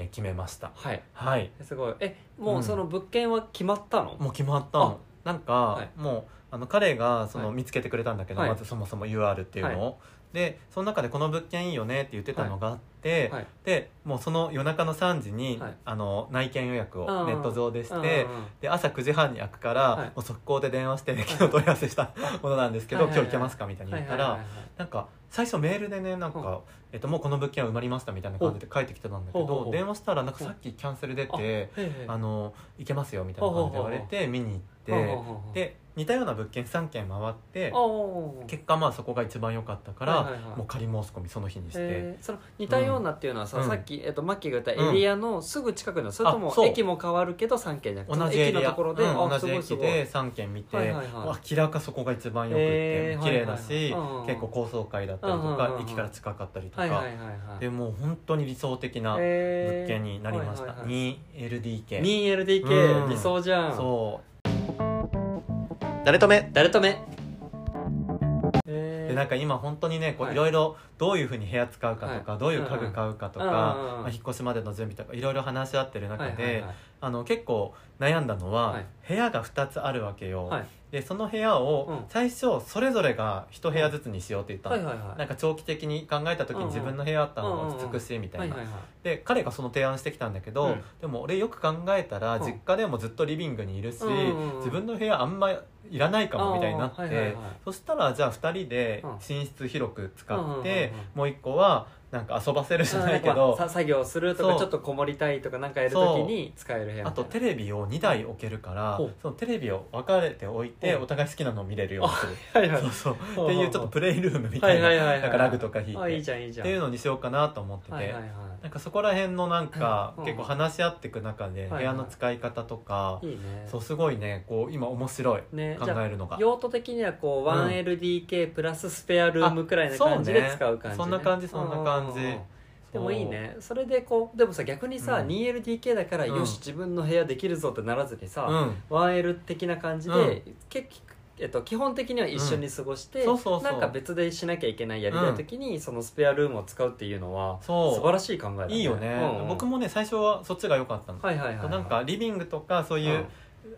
Speaker 3: 決めました
Speaker 2: はい
Speaker 3: はい
Speaker 2: すごいえもううんその物件は決まったの、
Speaker 3: もう決まったのなんか、
Speaker 2: い
Speaker 3: もうあの彼がその
Speaker 2: はい
Speaker 3: 見つけてくれたんだけど、
Speaker 2: はい
Speaker 3: まずそもそも UR っていうのを、でその中でこの物件いいよねって言ってたのがあって、
Speaker 2: はい
Speaker 3: でもうその夜中の3時に、
Speaker 2: はい
Speaker 3: あの内見予約
Speaker 2: うんう
Speaker 3: を
Speaker 2: ん
Speaker 3: ネット上でして、
Speaker 2: うんうんうん
Speaker 3: で朝9時半に開くから、
Speaker 2: はい
Speaker 3: もう速攻で電話して、 [laughs] 昨日問い合わせしたものなんですけど、
Speaker 2: はいはいはい
Speaker 3: 今日行けますかみたいに言ったら、
Speaker 2: はいはいはいはい
Speaker 3: なんか最初メールでねなんか、
Speaker 2: うん
Speaker 3: えっと、もうこの物件は埋まりましたみたいな感じで書いてきてたんだけど
Speaker 2: ほうほうほう
Speaker 3: 電話したらなんかさっきキャンセル出て。
Speaker 2: あへえ
Speaker 3: あの行けますよみたいな感じで言われて見に
Speaker 2: ほうほ
Speaker 3: 行
Speaker 2: う
Speaker 3: っ
Speaker 2: ほうほう
Speaker 3: てで似たような物件3軒回って
Speaker 2: あー
Speaker 3: 結果まあそこが一番良かったから、
Speaker 2: はいはいはい
Speaker 3: もう仮申し込みその日にして。
Speaker 2: えーその似たようなっていうのはさ、
Speaker 3: うん
Speaker 2: さっき、えっとマッキーが言ったエリアのすぐ近くの、それとも
Speaker 3: あそう
Speaker 2: 駅も変わるけど3軒じゃなくて
Speaker 3: 同じエ
Speaker 2: そ
Speaker 3: リ
Speaker 2: の駅の
Speaker 3: ア、
Speaker 2: ところで、
Speaker 3: うん
Speaker 2: あ
Speaker 3: 同
Speaker 2: す
Speaker 3: じ
Speaker 2: ごいす
Speaker 3: 駅
Speaker 2: ごい
Speaker 3: で3軒見て、
Speaker 2: はいはいはい
Speaker 3: もう明らかそこが一番よくって、
Speaker 2: えー
Speaker 3: 綺麗だ
Speaker 2: はい
Speaker 3: し、
Speaker 2: はいはいうん
Speaker 3: 結構高層階だったりとか、
Speaker 2: うんうんうんうん
Speaker 3: 駅から近かったりとか、
Speaker 2: はいはいはいはい
Speaker 3: でもう本当に理想的な物
Speaker 2: 物
Speaker 3: 件になりました、2LDK
Speaker 2: 2LDK
Speaker 3: うん
Speaker 2: 理想じゃん
Speaker 3: そう
Speaker 1: 誰とめ
Speaker 2: 誰とめ
Speaker 3: でなんか今本当にねこ
Speaker 2: は
Speaker 3: う
Speaker 2: い
Speaker 3: いろいろどういうふうに部屋使うかとか、
Speaker 2: はい
Speaker 3: どういう家具買うかとか、
Speaker 2: うんうんうん
Speaker 3: まあ、引っ越しまでの準備とかいろいろ話し合ってる中で、
Speaker 2: はいはいはい
Speaker 3: あの結構悩んだのは、
Speaker 2: はい
Speaker 3: 部屋が2つあるわけよ、
Speaker 2: はい
Speaker 3: でその部屋
Speaker 2: うん
Speaker 3: を最初それぞれが1部屋ずつにしようって言ったの、
Speaker 2: はいはいはい
Speaker 3: なんか長期的に考えた時に自分の部屋あったのが落ち着くしみたいな、
Speaker 2: はいはいはい
Speaker 3: で彼がその提案してきたんだけど、
Speaker 2: うん
Speaker 3: でも俺よく考えたら
Speaker 2: うん
Speaker 3: 実家でもずっとリビングにいるし、
Speaker 2: うんうんうん
Speaker 3: 自分の部屋あんまいらないかもみたいになって、
Speaker 2: あーはいはいはい
Speaker 3: そしたらじゃあ2人で
Speaker 2: うん
Speaker 3: 寝室広く
Speaker 2: うんうん
Speaker 3: 使
Speaker 2: うんう
Speaker 3: っ
Speaker 2: ん
Speaker 3: て、もう1個はなんか遊ばせるじゃないけ
Speaker 2: あ
Speaker 3: ど
Speaker 2: なんかさ作業するとか
Speaker 3: そう
Speaker 2: ちょっとこもりたいとかなんかやるときに使える部屋みたいな
Speaker 3: あとテレビを2台置けるから
Speaker 2: ほう
Speaker 3: そのテレビを分かれて置いて
Speaker 2: ほう
Speaker 3: お互い好きなのを見れるようにする。
Speaker 2: はいはい
Speaker 3: そうそう
Speaker 2: ほう
Speaker 3: っていうちょっとプレイルームみ
Speaker 2: は
Speaker 3: た
Speaker 2: い
Speaker 3: い
Speaker 2: はいはいはい
Speaker 3: ななんかラグとか引いて
Speaker 2: あいいじゃんいいじ
Speaker 3: っ
Speaker 2: ゃん
Speaker 3: ていうのにしようかなと思ってて、
Speaker 2: はいはいは
Speaker 3: なんかそこら辺のなんか
Speaker 2: うん
Speaker 3: 結構話し合っていく中で
Speaker 2: いはい
Speaker 3: 部屋の使い方とか
Speaker 2: いいいね
Speaker 3: そうすごいねこう今面白い
Speaker 2: ね
Speaker 3: 考
Speaker 2: じゃあ
Speaker 3: えるのが
Speaker 2: 用途的にはこう
Speaker 3: うん
Speaker 2: 1LDK プラススペアルームくらいな感じ
Speaker 3: あそう
Speaker 2: で
Speaker 3: ね
Speaker 2: 使う感じね
Speaker 3: そんな感じそんな感じ
Speaker 2: うんうんうんでもいいねそれでこうでもさ逆にさ
Speaker 3: うん
Speaker 2: 2LDK だから
Speaker 3: うん
Speaker 2: よし自分の部屋できるぞってならずに
Speaker 3: そうう
Speaker 2: さ
Speaker 3: ん
Speaker 2: 1L 的な感じ
Speaker 3: う
Speaker 2: で結局えっと、基本的には一緒に過ごして、
Speaker 3: うんそうそうそう
Speaker 2: なんか別でしなきゃいけないやりたい時に、そのスペアルームを使うっていうのは
Speaker 3: そう
Speaker 2: 素晴らしい考えだね
Speaker 3: いいよね
Speaker 2: うんうん
Speaker 3: 僕もね最初はそっちが良かったの
Speaker 2: はいはいはいはい
Speaker 3: なんかリビングとかそういう
Speaker 2: うん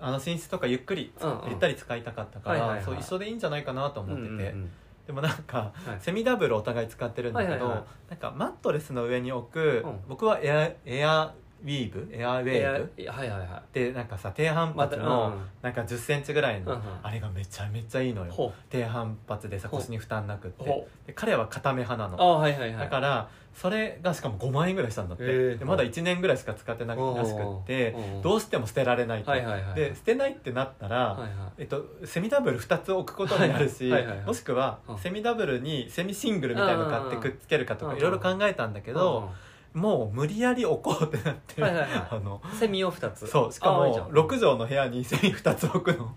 Speaker 3: あの寝室とかゆっくり
Speaker 2: うんうん
Speaker 3: ゆったり使いたかったか
Speaker 2: はいはいは
Speaker 3: ら
Speaker 2: い
Speaker 3: そう一緒でいいんじゃないかなと思
Speaker 2: うん
Speaker 3: っ
Speaker 2: うん
Speaker 3: て
Speaker 2: う
Speaker 3: て
Speaker 2: ん
Speaker 3: でもなんか
Speaker 2: はい
Speaker 3: セミダブルお互い使ってるんだけ
Speaker 2: はいはい
Speaker 3: ど
Speaker 2: は
Speaker 3: なんかマットレスの上に置く
Speaker 2: うん
Speaker 3: 僕はエアエアウィーブエアウ
Speaker 2: いや
Speaker 3: ェーブ
Speaker 2: いやはいはいは
Speaker 3: でなんかさ低反
Speaker 2: いま
Speaker 3: 発
Speaker 2: た
Speaker 3: の、
Speaker 2: うん
Speaker 3: なんか1 0ンチぐらいの、
Speaker 2: うんうん
Speaker 3: あれがめちゃめちゃいいのよ
Speaker 2: ほ
Speaker 3: 低反発でさ
Speaker 2: ほう
Speaker 3: 腰に負担なくっ
Speaker 2: う
Speaker 3: て
Speaker 2: ほう
Speaker 3: で彼は固め派な
Speaker 2: あ
Speaker 3: の
Speaker 2: はいはいはい
Speaker 3: だからそれがしかも5万円ぐらいしたんだって、
Speaker 2: へえ
Speaker 3: でまだ1年ぐらいしか使ってな
Speaker 2: おうおう
Speaker 3: らしくって
Speaker 2: おうおう
Speaker 3: どうしても捨てられないと、
Speaker 2: はいはいはい
Speaker 3: で捨てないってなったら、
Speaker 2: はいは
Speaker 3: えっと、セミダブル2つ置くことになるし、
Speaker 2: はいはいはいはい
Speaker 3: もしくは
Speaker 2: うん
Speaker 3: セミダブルにセミシングルみたいの買ってくっつけるかと
Speaker 2: うん
Speaker 3: か
Speaker 2: うん
Speaker 3: いろいろ考えたんだ
Speaker 2: い
Speaker 3: けど、もう無理やり置こうってなって、
Speaker 2: はいはいはい
Speaker 3: あの
Speaker 2: うんセミを2つ
Speaker 3: そうしか
Speaker 2: あいいじゃ
Speaker 3: も
Speaker 2: ん
Speaker 3: 6畳の部屋にセミ2つ置くのも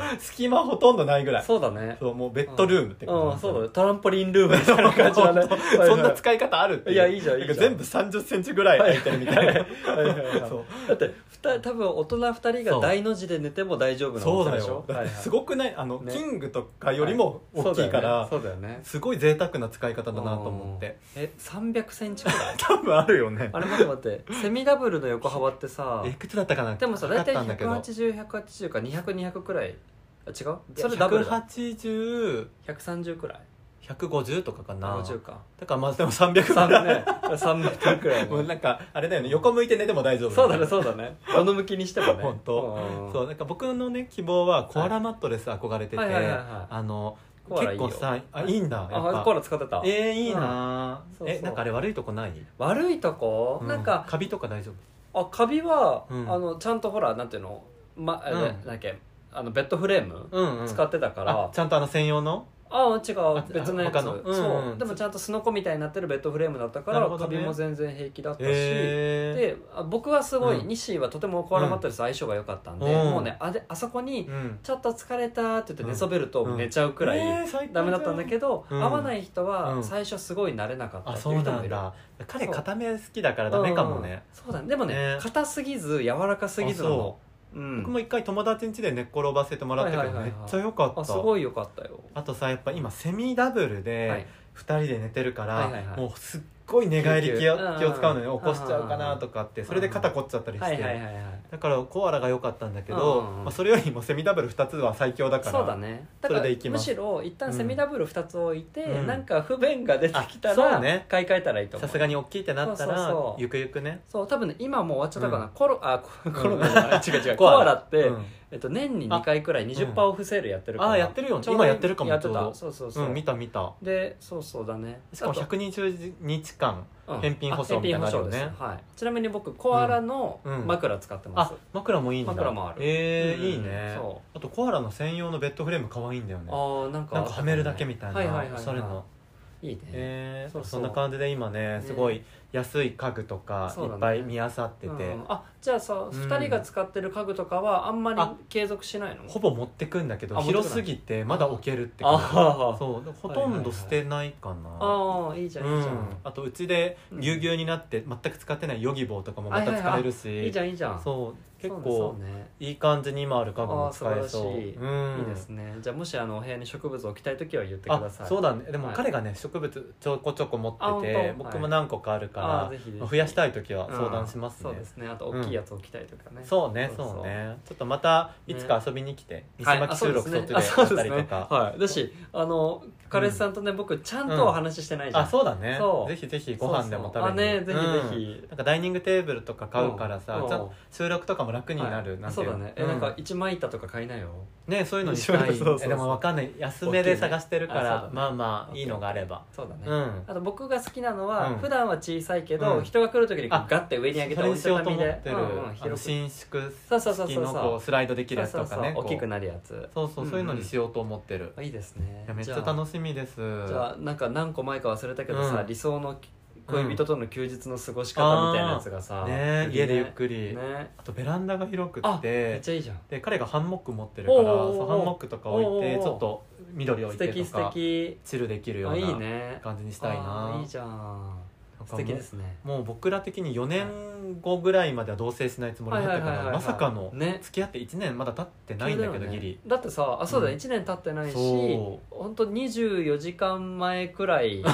Speaker 2: あ
Speaker 3: う隙間ほとんどないぐら
Speaker 2: ー
Speaker 3: い
Speaker 2: そうだね
Speaker 3: そうもうベッドルームって
Speaker 2: う
Speaker 3: 感
Speaker 2: ん
Speaker 3: じ
Speaker 2: そうだねトランポリンルームみたいな感じ
Speaker 3: [laughs]
Speaker 2: だねはい
Speaker 3: そ
Speaker 2: はい
Speaker 3: んな使い方あるってう
Speaker 2: いやいいじゃんいいじ
Speaker 3: な
Speaker 2: ゃん
Speaker 3: か全部3 0ンチぐらい空いてるみたいな
Speaker 2: はいはいはい
Speaker 3: そう
Speaker 2: だってふた多分大人2人が大の字で寝ても大丈夫な
Speaker 3: そう
Speaker 2: 大きさ
Speaker 3: だ
Speaker 2: でしょ
Speaker 3: よだって [laughs] す
Speaker 2: い
Speaker 3: ごくないあの
Speaker 2: ね
Speaker 3: キングとかよりも大きいから
Speaker 2: そうだよね
Speaker 3: すごい贅沢な使い方だなと思って
Speaker 2: え3 0 0ンチくらい
Speaker 3: 多分あるよね
Speaker 2: あれ待って
Speaker 3: [laughs]
Speaker 2: 待ってセミダブルの横幅ってさ
Speaker 3: えいくつだったかな
Speaker 2: でもさ
Speaker 3: だ
Speaker 2: 大
Speaker 3: った
Speaker 2: 体
Speaker 3: んだけど
Speaker 2: 180180か200200くらいあ違うそれダブルだ
Speaker 3: 180150
Speaker 2: 130くらい
Speaker 3: とかかな
Speaker 2: 70か
Speaker 3: [laughs] だからまあでも300
Speaker 2: 3
Speaker 3: ぐらい
Speaker 2: ね3メートルくら
Speaker 3: [laughs]
Speaker 2: い
Speaker 3: もう
Speaker 2: の
Speaker 3: なんかあれだよね横向いて寝ても大丈夫
Speaker 2: そうだねそうだねどの向きにしてもね
Speaker 3: 本当
Speaker 2: うん
Speaker 3: そうなんか僕のね希望はコアラマットレス憧れてて
Speaker 2: はいはいはいはい
Speaker 3: あの
Speaker 2: コアラいい
Speaker 3: 結
Speaker 2: よ
Speaker 3: 構さあいいんだやっ
Speaker 2: あ
Speaker 3: ぱ
Speaker 2: コーラ使ってた
Speaker 3: えー、いいな
Speaker 2: うんそ
Speaker 3: ー
Speaker 2: うそう
Speaker 3: えなんかあれ悪いとこない
Speaker 2: 悪いとこなん
Speaker 3: う
Speaker 2: か
Speaker 3: カビとか大丈夫
Speaker 2: あカビは
Speaker 3: うん
Speaker 2: あのちゃんとほらなんていうのまあれ
Speaker 3: うん
Speaker 2: なんだっけあのベッドフレーム
Speaker 3: うん、
Speaker 2: 使
Speaker 3: っ
Speaker 2: ってたか
Speaker 3: あ
Speaker 2: ら
Speaker 3: ちゃんとあの専用の
Speaker 2: あ違
Speaker 3: あ
Speaker 2: う別のやつ
Speaker 3: 他のうん
Speaker 2: そ
Speaker 3: うん
Speaker 2: うでもちゃんとすのこみたいになってるベッドフレームだったか
Speaker 3: な
Speaker 2: ら
Speaker 3: るほど
Speaker 2: カ
Speaker 3: ね
Speaker 2: ビも全然平気だったし
Speaker 3: え
Speaker 2: であ僕はすごい
Speaker 3: うん
Speaker 2: ニシーはとてもコアラマットレス相性が良かったんで
Speaker 3: うん
Speaker 2: もうねあれあそこに
Speaker 3: ーうん、
Speaker 2: ちょっと疲れたって言って寝そべると
Speaker 3: うん
Speaker 2: 寝ちゃうくら
Speaker 3: え
Speaker 2: い
Speaker 3: ー最高
Speaker 2: ダメだったんだけど
Speaker 3: うん
Speaker 2: 合わない人
Speaker 3: う
Speaker 2: は
Speaker 3: ん
Speaker 2: 最初すごい慣れなかった
Speaker 3: あ
Speaker 2: って
Speaker 3: そ
Speaker 2: いう
Speaker 3: う
Speaker 2: 人
Speaker 3: な
Speaker 2: もい
Speaker 3: ん
Speaker 2: る
Speaker 3: だ彼固め好きだからダメかもね、
Speaker 2: そうだねでもね
Speaker 3: ね
Speaker 2: 硬すぎず柔らかすぎずなのうん
Speaker 3: 僕も一回友達ん家で寝っ転ばせてもらったけど、
Speaker 2: はいはいはいはい
Speaker 3: めっちゃ良かった
Speaker 2: あすごいよかったよ
Speaker 3: あとさやっぱ今セミダブル
Speaker 2: は
Speaker 3: で
Speaker 2: い
Speaker 3: 2人で寝てるから、
Speaker 2: はいはいはい
Speaker 3: もうすっごい寝返り気を
Speaker 2: 救急
Speaker 3: 気を使うの
Speaker 2: う
Speaker 3: に
Speaker 2: んうん
Speaker 3: 起こしちゃうかなとかってそれで肩凝っちゃったりして、
Speaker 2: はいはいはいはい
Speaker 3: だからコアラが良かったんだけど、
Speaker 2: うんうんうん
Speaker 3: まあ、それよりもセミダブル2つは最強だから
Speaker 2: そうだねだから
Speaker 3: それでいきます
Speaker 2: むしろ一旦セミダブル2つ置いて、
Speaker 3: うん
Speaker 2: なんか不便が出てきた
Speaker 3: あそ
Speaker 2: ら、
Speaker 3: うね
Speaker 2: 買い替えたらいいと思
Speaker 3: さ
Speaker 2: う
Speaker 3: すがに大きいってなったら
Speaker 2: そうそうそう
Speaker 3: ゆくゆくね
Speaker 2: そう多分ね今もう終わっちゃったかな、
Speaker 3: うん
Speaker 2: コロあココロ
Speaker 3: [laughs]
Speaker 2: ナじゃない、違う違う
Speaker 3: コ
Speaker 2: コ
Speaker 3: ア
Speaker 2: ア
Speaker 3: ラ
Speaker 2: ラって、
Speaker 3: うん
Speaker 2: えっと、年に2回くらい20%オフセールやってるから、
Speaker 3: ああやってるよね
Speaker 2: ちょうど
Speaker 3: 今やってるかも
Speaker 2: やって
Speaker 3: ちょう
Speaker 2: た
Speaker 3: ど
Speaker 2: そうそうそう、
Speaker 3: うん、見た見た
Speaker 2: でそうそうだね
Speaker 3: しかも
Speaker 2: あと
Speaker 3: 120日間
Speaker 2: うん
Speaker 3: 返品保証
Speaker 2: あ返品保証
Speaker 3: みたいなのあるよね
Speaker 2: ですはい、ちなみに僕コアラの
Speaker 3: うん
Speaker 2: 枕使ってます、
Speaker 3: あ枕もいいんだ
Speaker 2: 枕もある
Speaker 3: えー
Speaker 2: うん
Speaker 3: いいね
Speaker 2: そ
Speaker 3: あとコアラの専用のベッドフレーム可愛いんだよね
Speaker 2: ああなんか
Speaker 3: なんかはめるだけみたいな、
Speaker 2: はいはいはい、
Speaker 3: お
Speaker 2: はい、
Speaker 3: しゃれない
Speaker 2: いね、
Speaker 3: えー
Speaker 2: そうそ
Speaker 3: そ
Speaker 2: う
Speaker 3: んな感じで今ね
Speaker 2: ね
Speaker 3: すごい安い家具とかい
Speaker 2: そうだね
Speaker 3: っぱい見あさってて、
Speaker 2: うんあじゃあさ、
Speaker 3: ん
Speaker 2: 二2人が使ってる家具とかはあんまり
Speaker 3: あ
Speaker 2: 継続しないの
Speaker 3: ほぼ持ってくんだけど
Speaker 2: あ持ってくない
Speaker 3: 広すぎてまだ置けるって感じ
Speaker 2: あー
Speaker 3: そうほとんど捨てないかな、
Speaker 2: あーいいじゃんいいじゃん、
Speaker 3: うん、あとうちでぎゅうぎゅうになって全く使ってないヨギボーとかもまた使えるし、
Speaker 2: いいじゃんいいじゃん
Speaker 3: そう結
Speaker 2: そ
Speaker 3: 構
Speaker 2: うねそうね
Speaker 3: いい感じに今ある家具も使え
Speaker 2: あ
Speaker 3: そう
Speaker 2: ー素晴らしい
Speaker 3: うん
Speaker 2: いいですねじゃあもしあのお部屋に植物を置きたい時は言ってくだ
Speaker 3: あ
Speaker 2: さい
Speaker 3: そうだねでも
Speaker 2: はい
Speaker 3: 彼がね植物ちょこちょこ持
Speaker 2: あ
Speaker 3: っ
Speaker 2: 本
Speaker 3: て
Speaker 2: 当
Speaker 3: て、
Speaker 2: はい
Speaker 3: 僕も何個かあるから、
Speaker 2: あーぜひぜひ
Speaker 3: まあ増やしたい時は
Speaker 2: うん
Speaker 3: 相談しますね、
Speaker 2: そうですねあと大きいやつ置きたいとかね、
Speaker 3: そうねそうねちょっとまたいつか遊びに来て、西巻収録そっちで
Speaker 2: あ
Speaker 3: や
Speaker 2: そう
Speaker 3: った
Speaker 2: です
Speaker 3: り
Speaker 2: ね
Speaker 3: とか
Speaker 2: あそうですねはいだしあの彼氏さんとね、僕ちゃんとお話ししてないじゃん、
Speaker 3: あそうだね
Speaker 2: そう
Speaker 3: ぜひぜひご飯でも食べに
Speaker 2: そうそうあねぜひぜひ
Speaker 3: うんなんかダイニングテーブルとか買うからさ、
Speaker 2: うん
Speaker 3: ちょっと収録とかも楽になる、
Speaker 2: はい
Speaker 3: なんて
Speaker 2: そ
Speaker 3: いうう
Speaker 2: だ
Speaker 3: の
Speaker 2: ねえ、
Speaker 3: う
Speaker 2: なんか一枚板とか買いなよ
Speaker 3: ねそういうのにしたい
Speaker 2: そうそうそう
Speaker 3: えでもわかんない安めで探してるか
Speaker 2: 大きいね
Speaker 3: ら、
Speaker 2: あそうだね
Speaker 3: まあまあいいのがあれば、
Speaker 2: そうだね、
Speaker 3: うん
Speaker 2: あと僕が好きなのは、
Speaker 3: うん
Speaker 2: 普段は小さいけど、
Speaker 3: うん
Speaker 2: 人が来る時にこ
Speaker 3: あ
Speaker 2: うガッて上に上げて
Speaker 3: それに
Speaker 2: 折り
Speaker 3: しよう
Speaker 2: た
Speaker 3: と
Speaker 2: たみ
Speaker 3: 思っ
Speaker 2: で
Speaker 3: てる、
Speaker 2: うんうん
Speaker 3: あの
Speaker 2: 広く
Speaker 3: 伸縮
Speaker 2: そうそうそう
Speaker 3: 式
Speaker 2: そう
Speaker 3: のこうスライドできるやつとかね
Speaker 2: そうそうそう大きく
Speaker 3: こ
Speaker 2: なるやつ
Speaker 3: うそうそうそういうのにしようと思ってる、
Speaker 2: いいですね
Speaker 3: いやめっちゃ
Speaker 2: じあ
Speaker 3: 楽しみです
Speaker 2: じゃあなんか何個前か忘れたけどさ、
Speaker 3: うん
Speaker 2: 理想の恋人との休日の過ごし方みたいなやつがさ、
Speaker 3: ね
Speaker 2: いい
Speaker 3: 家でゆっくり、
Speaker 2: ね
Speaker 3: あとベランダが広く
Speaker 2: あ
Speaker 3: っ
Speaker 2: めってちゃいいじゃん
Speaker 3: で彼がハンモック持ってるから
Speaker 2: おうおうおう
Speaker 3: そうハンモックとか置いて
Speaker 2: おうおうおう
Speaker 3: ちょっと緑置
Speaker 2: 素
Speaker 3: いて
Speaker 2: 敵
Speaker 3: と
Speaker 2: 素
Speaker 3: か
Speaker 2: 敵
Speaker 3: チルできるよ
Speaker 2: あ
Speaker 3: う
Speaker 2: いい
Speaker 3: な
Speaker 2: ね
Speaker 3: 感じにしたい
Speaker 2: あ
Speaker 3: な
Speaker 2: ーいいじゃん
Speaker 3: なんか
Speaker 2: 素
Speaker 3: もう
Speaker 2: 敵ですね
Speaker 3: もう僕ら的に4年後ぐらいまでは同棲しないつもりだったか
Speaker 2: はいは
Speaker 3: ら
Speaker 2: いはいはいは
Speaker 3: ま
Speaker 2: い
Speaker 3: さかの
Speaker 2: ね
Speaker 3: 付き合って1年まだ経ってないんだけどギリ
Speaker 2: だってさあそうだ、
Speaker 3: うん
Speaker 2: ね1年経ってないし
Speaker 3: そ
Speaker 2: 本当24時間前くらい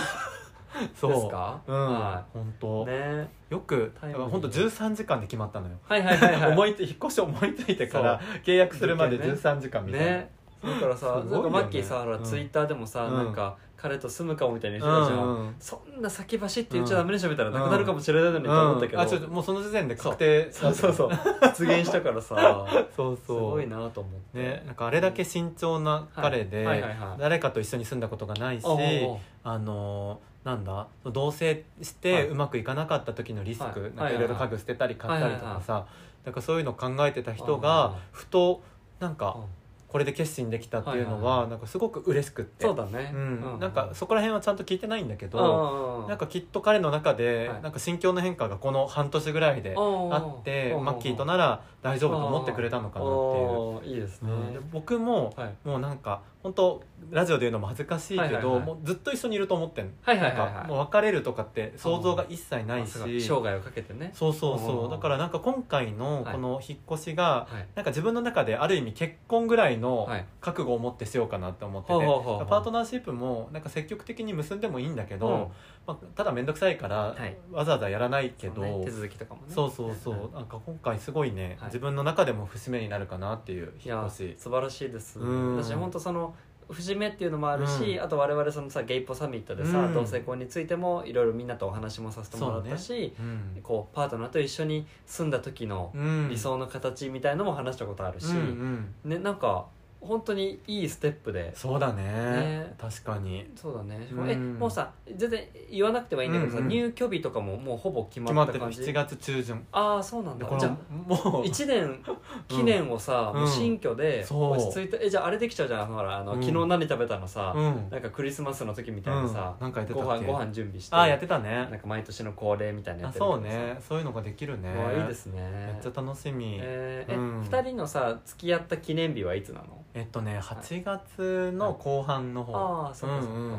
Speaker 3: そう
Speaker 2: ですか
Speaker 3: うん
Speaker 2: は
Speaker 3: 本当
Speaker 2: ね
Speaker 3: よく
Speaker 2: タイムリー
Speaker 3: 本当13時間で決まったのよ [laughs]
Speaker 2: はいはいはいはい
Speaker 3: 思いつ引っ越し思いついてから契約するまで
Speaker 2: そう
Speaker 3: 13時間みたいな
Speaker 2: ねだからさ、
Speaker 3: すごい
Speaker 2: なん
Speaker 3: よ
Speaker 2: か
Speaker 3: ね
Speaker 2: マッキーさ、ほら
Speaker 3: うん
Speaker 2: ツイッターでもさ、
Speaker 3: うん
Speaker 2: なんか彼と住むかもみたいな
Speaker 3: う
Speaker 2: 人たちは、
Speaker 3: んうん
Speaker 2: そんな先走って言っちゃダメでしょみたいな、なくなるかもしれないのにと思ったけど、
Speaker 3: あちょっともうその時点で確定
Speaker 2: [laughs] そうそうそう実現したからさ
Speaker 3: [laughs] そう
Speaker 2: す
Speaker 3: そう
Speaker 2: ごいなと思って、
Speaker 3: ね、なんかあれだけ慎重な彼で、
Speaker 2: はいはいはいはい
Speaker 3: 誰かと一緒に住んだことがないし
Speaker 2: おうおう
Speaker 3: あのーなんだ同棲し
Speaker 2: は
Speaker 3: て
Speaker 2: いう
Speaker 3: まくいかなかった時のリスク、
Speaker 2: はい
Speaker 3: なんかいろいろ家具捨てたり買ったりとかさ、なんかそういうのを考えてた人
Speaker 2: うん
Speaker 3: がふとなんか
Speaker 2: うん
Speaker 3: これで決心できたっていうの
Speaker 2: はいはい
Speaker 3: は
Speaker 2: はい
Speaker 3: なんかすごく嬉しくって
Speaker 2: そうだね、
Speaker 3: うんなんかそこら辺はちゃんと聞いてないんだけ
Speaker 2: う
Speaker 3: ど
Speaker 2: ん
Speaker 3: なんかきっと彼の中で
Speaker 2: はい
Speaker 3: なんか心境の変化がこの半年ぐらいであ
Speaker 2: あ
Speaker 3: ってマッキーとなら大丈夫と思ってくれたのかなって
Speaker 2: っていういいですね
Speaker 3: いう、うんで僕も
Speaker 2: はい
Speaker 3: もうなんか本当ラジオで言うのも恥ずかしいけど、
Speaker 2: はいはいはい
Speaker 3: もうずっと一緒にいると思ってんの
Speaker 2: はいは
Speaker 3: ないん
Speaker 2: はいは
Speaker 3: か
Speaker 2: い
Speaker 3: もう別れるとかって想像が一切ないし、
Speaker 2: さすが生涯をかけてね
Speaker 3: そうそう
Speaker 2: う
Speaker 3: そ
Speaker 2: ん
Speaker 3: うだからなんか今回のこの引っ越しが、
Speaker 2: はい
Speaker 3: なんか自分の中である意味結婚ぐらいの
Speaker 2: はい
Speaker 3: 覚悟を持ってしようかなって思ってて、
Speaker 2: ほうほうほうほう
Speaker 3: パートナーシップもなんか積極的に結んでもいいんだけど、
Speaker 2: うん
Speaker 3: まあ、ただ面倒くさいから、
Speaker 2: はい
Speaker 3: わざわざやらないけ
Speaker 2: そうね
Speaker 3: ど
Speaker 2: 手続きとかもね
Speaker 3: そうそうそうなんか今回すごいね、
Speaker 2: はい
Speaker 3: 自分の中でも節目になるかなっていう
Speaker 2: い
Speaker 3: 引っ
Speaker 2: や
Speaker 3: 越し
Speaker 2: 素晴らしいです
Speaker 3: うん
Speaker 2: 私本当その節目っていうのもあるし、
Speaker 3: うん
Speaker 2: あと我々そのさゲイポサミットでさ、
Speaker 3: うん
Speaker 2: 同性婚についてもいろいろみんなとお話もさせてもらったし、
Speaker 3: うん
Speaker 2: こうパートナーと一緒に住んだ時の
Speaker 3: うん
Speaker 2: 理想の形みたいのも話したことあるし、
Speaker 3: うんうん
Speaker 2: ねなんか本当にいいステップで
Speaker 3: そうだね
Speaker 2: ね
Speaker 3: 確かに
Speaker 2: そうだね、
Speaker 3: うん
Speaker 2: えもうさ全然言わなくてはいいんだけどさ、
Speaker 3: うんうん
Speaker 2: 入居日とかももうほぼ決
Speaker 3: 決ま
Speaker 2: ま
Speaker 3: っ
Speaker 2: っ
Speaker 3: て
Speaker 2: た
Speaker 3: る
Speaker 2: 感じ
Speaker 3: 7月中旬
Speaker 2: ああそうなん
Speaker 3: で
Speaker 2: だ
Speaker 3: こ
Speaker 2: じゃ
Speaker 3: の
Speaker 2: あ
Speaker 3: もう
Speaker 2: 1年記念をさ、
Speaker 3: うん
Speaker 2: もう新居で
Speaker 3: そう
Speaker 2: 落ち着いてえじゃああれできちゃうじゃんほらあの、
Speaker 3: うん
Speaker 2: 昨日何食べたのさ、
Speaker 3: うん
Speaker 2: なんかクリスマスの時みたいなさ、
Speaker 3: うんなんかやってた
Speaker 2: ご
Speaker 3: っ
Speaker 2: 飯
Speaker 3: け
Speaker 2: ご飯準備して
Speaker 3: ああやってた
Speaker 2: な
Speaker 3: ね
Speaker 2: んか毎年の恒例みたいなや
Speaker 3: あ
Speaker 2: ってるけど
Speaker 3: そ
Speaker 2: さ
Speaker 3: うねそういうのができるね
Speaker 2: うわいいですね
Speaker 3: めっちゃ楽しみ、
Speaker 2: えーえ
Speaker 3: うん
Speaker 2: 2人のさ付き合った記念日はいつなの
Speaker 3: えっとね8月の後半の方、
Speaker 2: ああそうかそうか、
Speaker 3: うんうん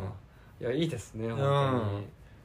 Speaker 2: いやいいですね
Speaker 3: ん
Speaker 2: 本当に、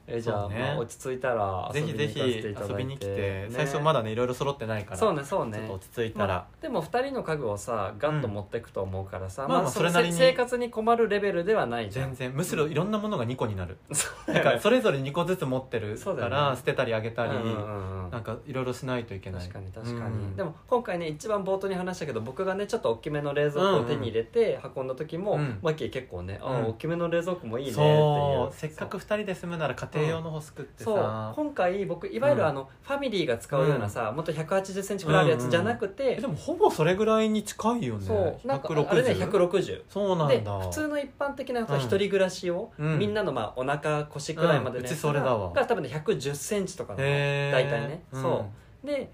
Speaker 2: えじゃ
Speaker 3: そ
Speaker 2: あ,、
Speaker 3: うね
Speaker 2: まあ落ち着いたら
Speaker 3: ぜひぜひ遊びに来て最初ま
Speaker 2: だ
Speaker 3: だねいろいろ揃ってないから
Speaker 2: そうね
Speaker 3: ち
Speaker 2: そう
Speaker 3: ょっ
Speaker 2: ね
Speaker 3: と落ち着い
Speaker 2: ま
Speaker 3: た
Speaker 2: あ
Speaker 3: ら、
Speaker 2: でも2人の家具をさガッと持っていくと思うからさ、
Speaker 3: うん
Speaker 2: まあ
Speaker 3: まあまあ
Speaker 2: それ
Speaker 3: それなりに
Speaker 2: 生活に困るレベルではないじゃん
Speaker 3: 全然むしろいろんなものが2個になる
Speaker 2: そう
Speaker 3: な
Speaker 2: だ
Speaker 3: ん
Speaker 2: よ
Speaker 3: か
Speaker 2: ね
Speaker 3: それぞれ2個ずつ持ってる
Speaker 2: そ
Speaker 3: か
Speaker 2: うだよね
Speaker 3: ら、捨てたりあげたり、
Speaker 2: うんうんうん
Speaker 3: なんかいろいろしないといけない
Speaker 2: 確かに確か
Speaker 3: う
Speaker 2: に
Speaker 3: ん
Speaker 2: でも今回ね一番冒頭に話したけど僕がねちょっと大きめの冷蔵庫を手に入れて運んだ時も
Speaker 3: うん
Speaker 2: マッキー結構ね「あ
Speaker 3: うん
Speaker 2: 大きめの冷蔵庫もいいね」ってい
Speaker 3: そううせっかく2人で住むなら家庭用の欲しくって
Speaker 2: そう
Speaker 3: さ、
Speaker 2: 今回僕いわゆるあの、ファミリーが使うようなさ、もっと1 8 0ンチくらいあるやつじゃなくて、
Speaker 3: えでもほぼそれぐらいに近いよね
Speaker 2: そうなんかあれね
Speaker 3: 160?
Speaker 2: 160
Speaker 3: そうなん
Speaker 2: で
Speaker 3: だ
Speaker 2: 普通の一般的な人
Speaker 3: うん
Speaker 2: 一人暮らしを、
Speaker 3: うん
Speaker 2: みんなのまあお腹腰くらいまで
Speaker 3: うん
Speaker 2: ね、
Speaker 3: うちそれだわ
Speaker 2: が多分ね1 1 0ンチとかなの
Speaker 3: へー
Speaker 2: 大体
Speaker 3: うん
Speaker 2: ね、そうで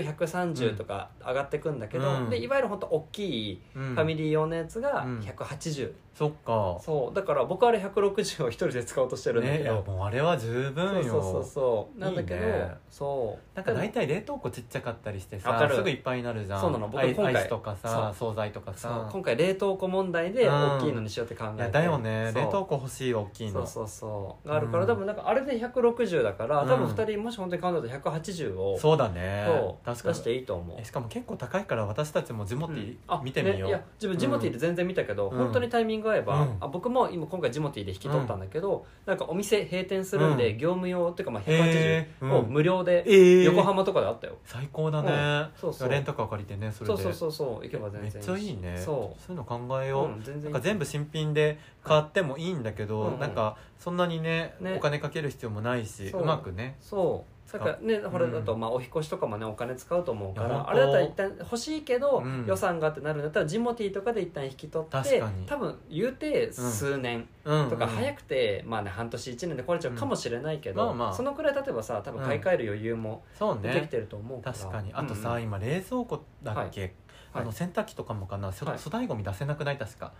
Speaker 2: 110130とか上がってくんだけど、
Speaker 3: うん
Speaker 2: でいわゆる本当大きい
Speaker 3: フ
Speaker 2: ファミ
Speaker 3: リー
Speaker 2: リー用のやつが
Speaker 3: うん
Speaker 2: 180、
Speaker 3: そっか
Speaker 2: そうだから僕あれ160を一人で使おうとしてるんだ
Speaker 3: ね
Speaker 2: け
Speaker 3: いや
Speaker 2: ど、
Speaker 3: もうあれは十分
Speaker 2: そ
Speaker 3: よ
Speaker 2: うそうそうそうなんだけど
Speaker 3: いいね
Speaker 2: そう
Speaker 3: なんか大体冷凍庫ちっちゃかったりして
Speaker 2: わか
Speaker 3: さ
Speaker 2: る
Speaker 3: すぐいっぱいになるじゃん
Speaker 2: そうなの僕
Speaker 3: アイ
Speaker 2: 今回
Speaker 3: アイスとかさ惣菜とか
Speaker 2: そう
Speaker 3: さ
Speaker 2: 今回冷凍庫問題で
Speaker 3: うん
Speaker 2: 大きいのにしようって考え
Speaker 3: い
Speaker 2: て、
Speaker 3: やだよね
Speaker 2: そう
Speaker 3: 冷凍庫欲しい大きい
Speaker 2: そう
Speaker 3: の
Speaker 2: そうそうがあるから、
Speaker 3: うん
Speaker 2: 多分なんかあれで160だから
Speaker 3: うん
Speaker 2: 多分2人もし本当に買うんだと180を
Speaker 3: そうだね
Speaker 2: そう
Speaker 3: 確か
Speaker 2: 出して
Speaker 3: に
Speaker 2: いいと思う
Speaker 3: えしかも結構高いから私たちもジモティ
Speaker 2: あ
Speaker 3: 見てみ
Speaker 2: ね
Speaker 3: よ
Speaker 2: いうや自分ジモティーで全然見たけど、
Speaker 3: うん
Speaker 2: 本当にタイミング合えば、
Speaker 3: うん
Speaker 2: あ僕も今今回ジモティーで引き取ったんだけど、なんかお店閉店するんで、
Speaker 3: うん
Speaker 2: 業務用っていうかまあ180
Speaker 3: へーうん
Speaker 2: を無料で
Speaker 3: え
Speaker 2: 横浜とかであったよ、
Speaker 3: 最高だね
Speaker 2: うんそうそう
Speaker 3: レンタカー借りてねそれ
Speaker 2: そ
Speaker 3: で
Speaker 2: うそうそうそう行けば全
Speaker 3: めっ
Speaker 2: 然
Speaker 3: ちゃいいね
Speaker 2: そ
Speaker 3: そういうの考え
Speaker 2: う、
Speaker 3: よう
Speaker 2: うん、全
Speaker 3: な
Speaker 2: 然
Speaker 3: ん
Speaker 2: いい
Speaker 3: か全部新品で買ってもいいんだけど、
Speaker 2: うんうん
Speaker 3: なんかそんなにね
Speaker 2: ね
Speaker 3: お金かける必要もないし
Speaker 2: そう
Speaker 3: うまくね
Speaker 2: そうだからね
Speaker 3: ん
Speaker 2: ほらだとまあお引越しとかもねお金使うと思うか
Speaker 3: いや
Speaker 2: らあ
Speaker 3: 本
Speaker 2: れ
Speaker 3: 当
Speaker 2: だったら一旦欲しいけど
Speaker 3: うん
Speaker 2: 予算がってなるんだったらジモティーとかで一旦引き取って
Speaker 3: 確かに
Speaker 2: 多分言うて数年と
Speaker 3: と
Speaker 2: か早くてまあね半年1年で来れちゃうかもしれないけ
Speaker 3: うんま
Speaker 2: ど
Speaker 3: あまあ
Speaker 2: そのくらい経てばさ多分買い替える余裕も
Speaker 3: そう
Speaker 2: 出てき
Speaker 3: ね
Speaker 2: てると思うから
Speaker 3: 確かにあとさ、
Speaker 2: うんうん
Speaker 3: 今冷蔵庫だっけ、
Speaker 2: はい
Speaker 3: あの洗濯機とかもかな、そ
Speaker 2: はい
Speaker 3: 粗大ごみ出せなくない確か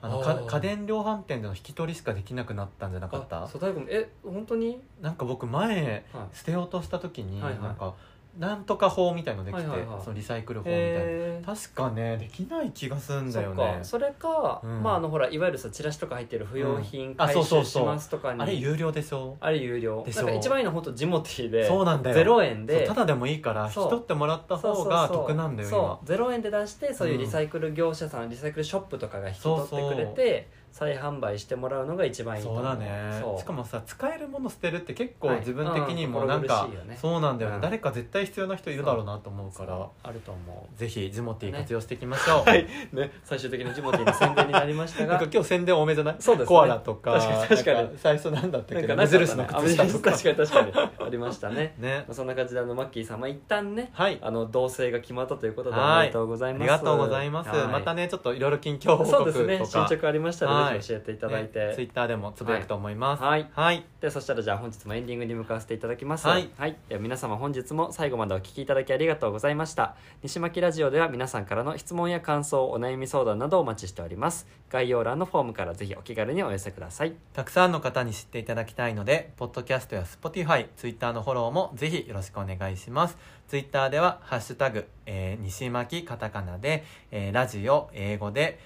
Speaker 3: あのか
Speaker 2: あー
Speaker 3: 家電量販店での引き取りしかできなくなったんじゃなかっ
Speaker 2: あ
Speaker 3: た
Speaker 2: 粗大ゴミえ本当に
Speaker 3: なんか僕前
Speaker 2: はい
Speaker 3: 捨てようとした時に、
Speaker 2: はいはい
Speaker 3: なんかなんとか法みたいのできて、
Speaker 2: はいはいはい
Speaker 3: そのリサイクル法みたいな、
Speaker 2: へー
Speaker 3: 確かねできない気がするんだ
Speaker 2: そ
Speaker 3: よ
Speaker 2: っ
Speaker 3: ね
Speaker 2: かそれか
Speaker 3: うん
Speaker 2: まああのほらいわゆるさチラシとか入ってる不用
Speaker 3: う
Speaker 2: 品
Speaker 3: んあ
Speaker 2: 回
Speaker 3: そうそ
Speaker 2: 収
Speaker 3: う
Speaker 2: し
Speaker 3: そう
Speaker 2: ますとかに
Speaker 3: あれ有料でしょ
Speaker 2: あれ有料
Speaker 3: でし
Speaker 2: な
Speaker 3: ょ
Speaker 2: んか一番いいのは本当ジモティーで
Speaker 3: そうなんだよ
Speaker 2: 0円
Speaker 3: そう
Speaker 2: で
Speaker 3: ただでもいいから引き
Speaker 2: そう
Speaker 3: 取ってもらった方が得なんだよ
Speaker 2: そ
Speaker 3: 今
Speaker 2: う0円で出してそういうリサイクル業者さん、リサイクルショップとかが引き取ってくれて再販売してもらうのが一番いいと
Speaker 3: そ
Speaker 2: 思
Speaker 3: うだね
Speaker 2: そう
Speaker 3: しかもさ使えるもの捨てるって結構
Speaker 2: はい
Speaker 3: 自分的にも
Speaker 2: うん
Speaker 3: なんか、
Speaker 2: 心苦しいよね
Speaker 3: そうなんだよね、
Speaker 2: うん
Speaker 3: 誰か絶対対必要な人いるだろうなと思うから
Speaker 2: あると思
Speaker 3: ぜひジモティー活用していきましょう、
Speaker 2: はいうんね最終的にジモティーの宣伝になりました
Speaker 3: なん
Speaker 2: が
Speaker 3: か今日宣伝多めじゃない
Speaker 2: そうですね
Speaker 3: コアラとか
Speaker 2: 確かに確かに
Speaker 3: なん最初なんだったっけど
Speaker 2: な
Speaker 3: 無
Speaker 2: んかな
Speaker 3: 印
Speaker 2: か
Speaker 3: の
Speaker 2: ったね
Speaker 3: 靴下とか
Speaker 2: あ [laughs] 確かに確かにありました
Speaker 3: [laughs]
Speaker 2: ね
Speaker 3: ね
Speaker 2: まあそんな感じであのマッキー様一旦ね
Speaker 3: はい
Speaker 2: あの同棲が決まったということで
Speaker 3: はい
Speaker 2: おめでとうござい
Speaker 3: あ
Speaker 2: ます
Speaker 3: りがとうございます、
Speaker 2: はい
Speaker 3: またねちょっといろいろ近況報告とか
Speaker 2: そうですね進捗ありましたら
Speaker 3: は
Speaker 2: ぜ
Speaker 3: い
Speaker 2: ひ教えていただいて、
Speaker 3: ツイッターでもつぶやくと思います
Speaker 2: はい
Speaker 3: はい、
Speaker 2: でそしたらじゃあ本日もエンディングに向かわせていただきます
Speaker 3: はい、
Speaker 2: では皆様本日も最後までお聞きいただきありがとうございました西巻ラジオでは皆さんからの質問や感想お悩み相談などをお待ちしております概要欄のフォームからぜひお気軽にお寄せください
Speaker 3: たくさんの方に知っていただきたいのでポッドキャストや Spotify、Twitter のフォローもぜひよろしくお願いします。Twitter では「ハッシュタグ、えー西巻カタカナで」えーラジオ英語で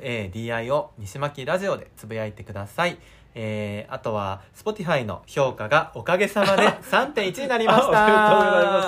Speaker 3: RADIO 西巻ラジオでつぶやいてください。えーあとは Spotify の評価がおかげさま
Speaker 2: [laughs]
Speaker 3: で3.1になりました。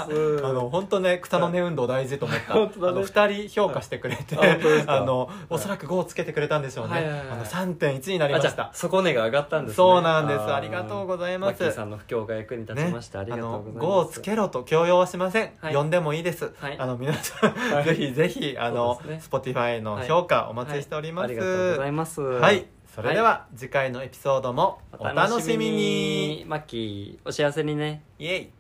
Speaker 2: あおめでとうございます
Speaker 3: あの本当ね草の根運動大事と思った。
Speaker 2: 本当だね
Speaker 3: あの二人評価してくれて、
Speaker 2: あ本当ですか
Speaker 3: あのおそらく5をつけてくれたんでしょうね。
Speaker 2: はいはいはい
Speaker 3: あの3.1になりました。
Speaker 2: 底値が上がったんですね
Speaker 3: そうなんです
Speaker 2: ー
Speaker 3: ありがとうござい
Speaker 2: マ
Speaker 3: ま
Speaker 2: ッキー
Speaker 3: す
Speaker 2: さんの不況が役に立ちました、ありが
Speaker 3: あ
Speaker 2: とう
Speaker 3: の
Speaker 2: ございます
Speaker 3: 5をつけろと強要はしません、
Speaker 2: はい
Speaker 3: 呼んでもいいです、
Speaker 2: はい
Speaker 3: あの皆さん、
Speaker 2: はい
Speaker 3: ぜひぜひあの、
Speaker 2: そうですね
Speaker 3: Spotify の評価お待ちしております、
Speaker 2: はいありがとうございます
Speaker 3: はいそれでは、次回のエピソードもお
Speaker 2: お
Speaker 3: 楽
Speaker 2: 楽
Speaker 3: し
Speaker 2: し
Speaker 3: み
Speaker 2: み
Speaker 3: に
Speaker 2: にマッキーお幸せにね
Speaker 3: イエイ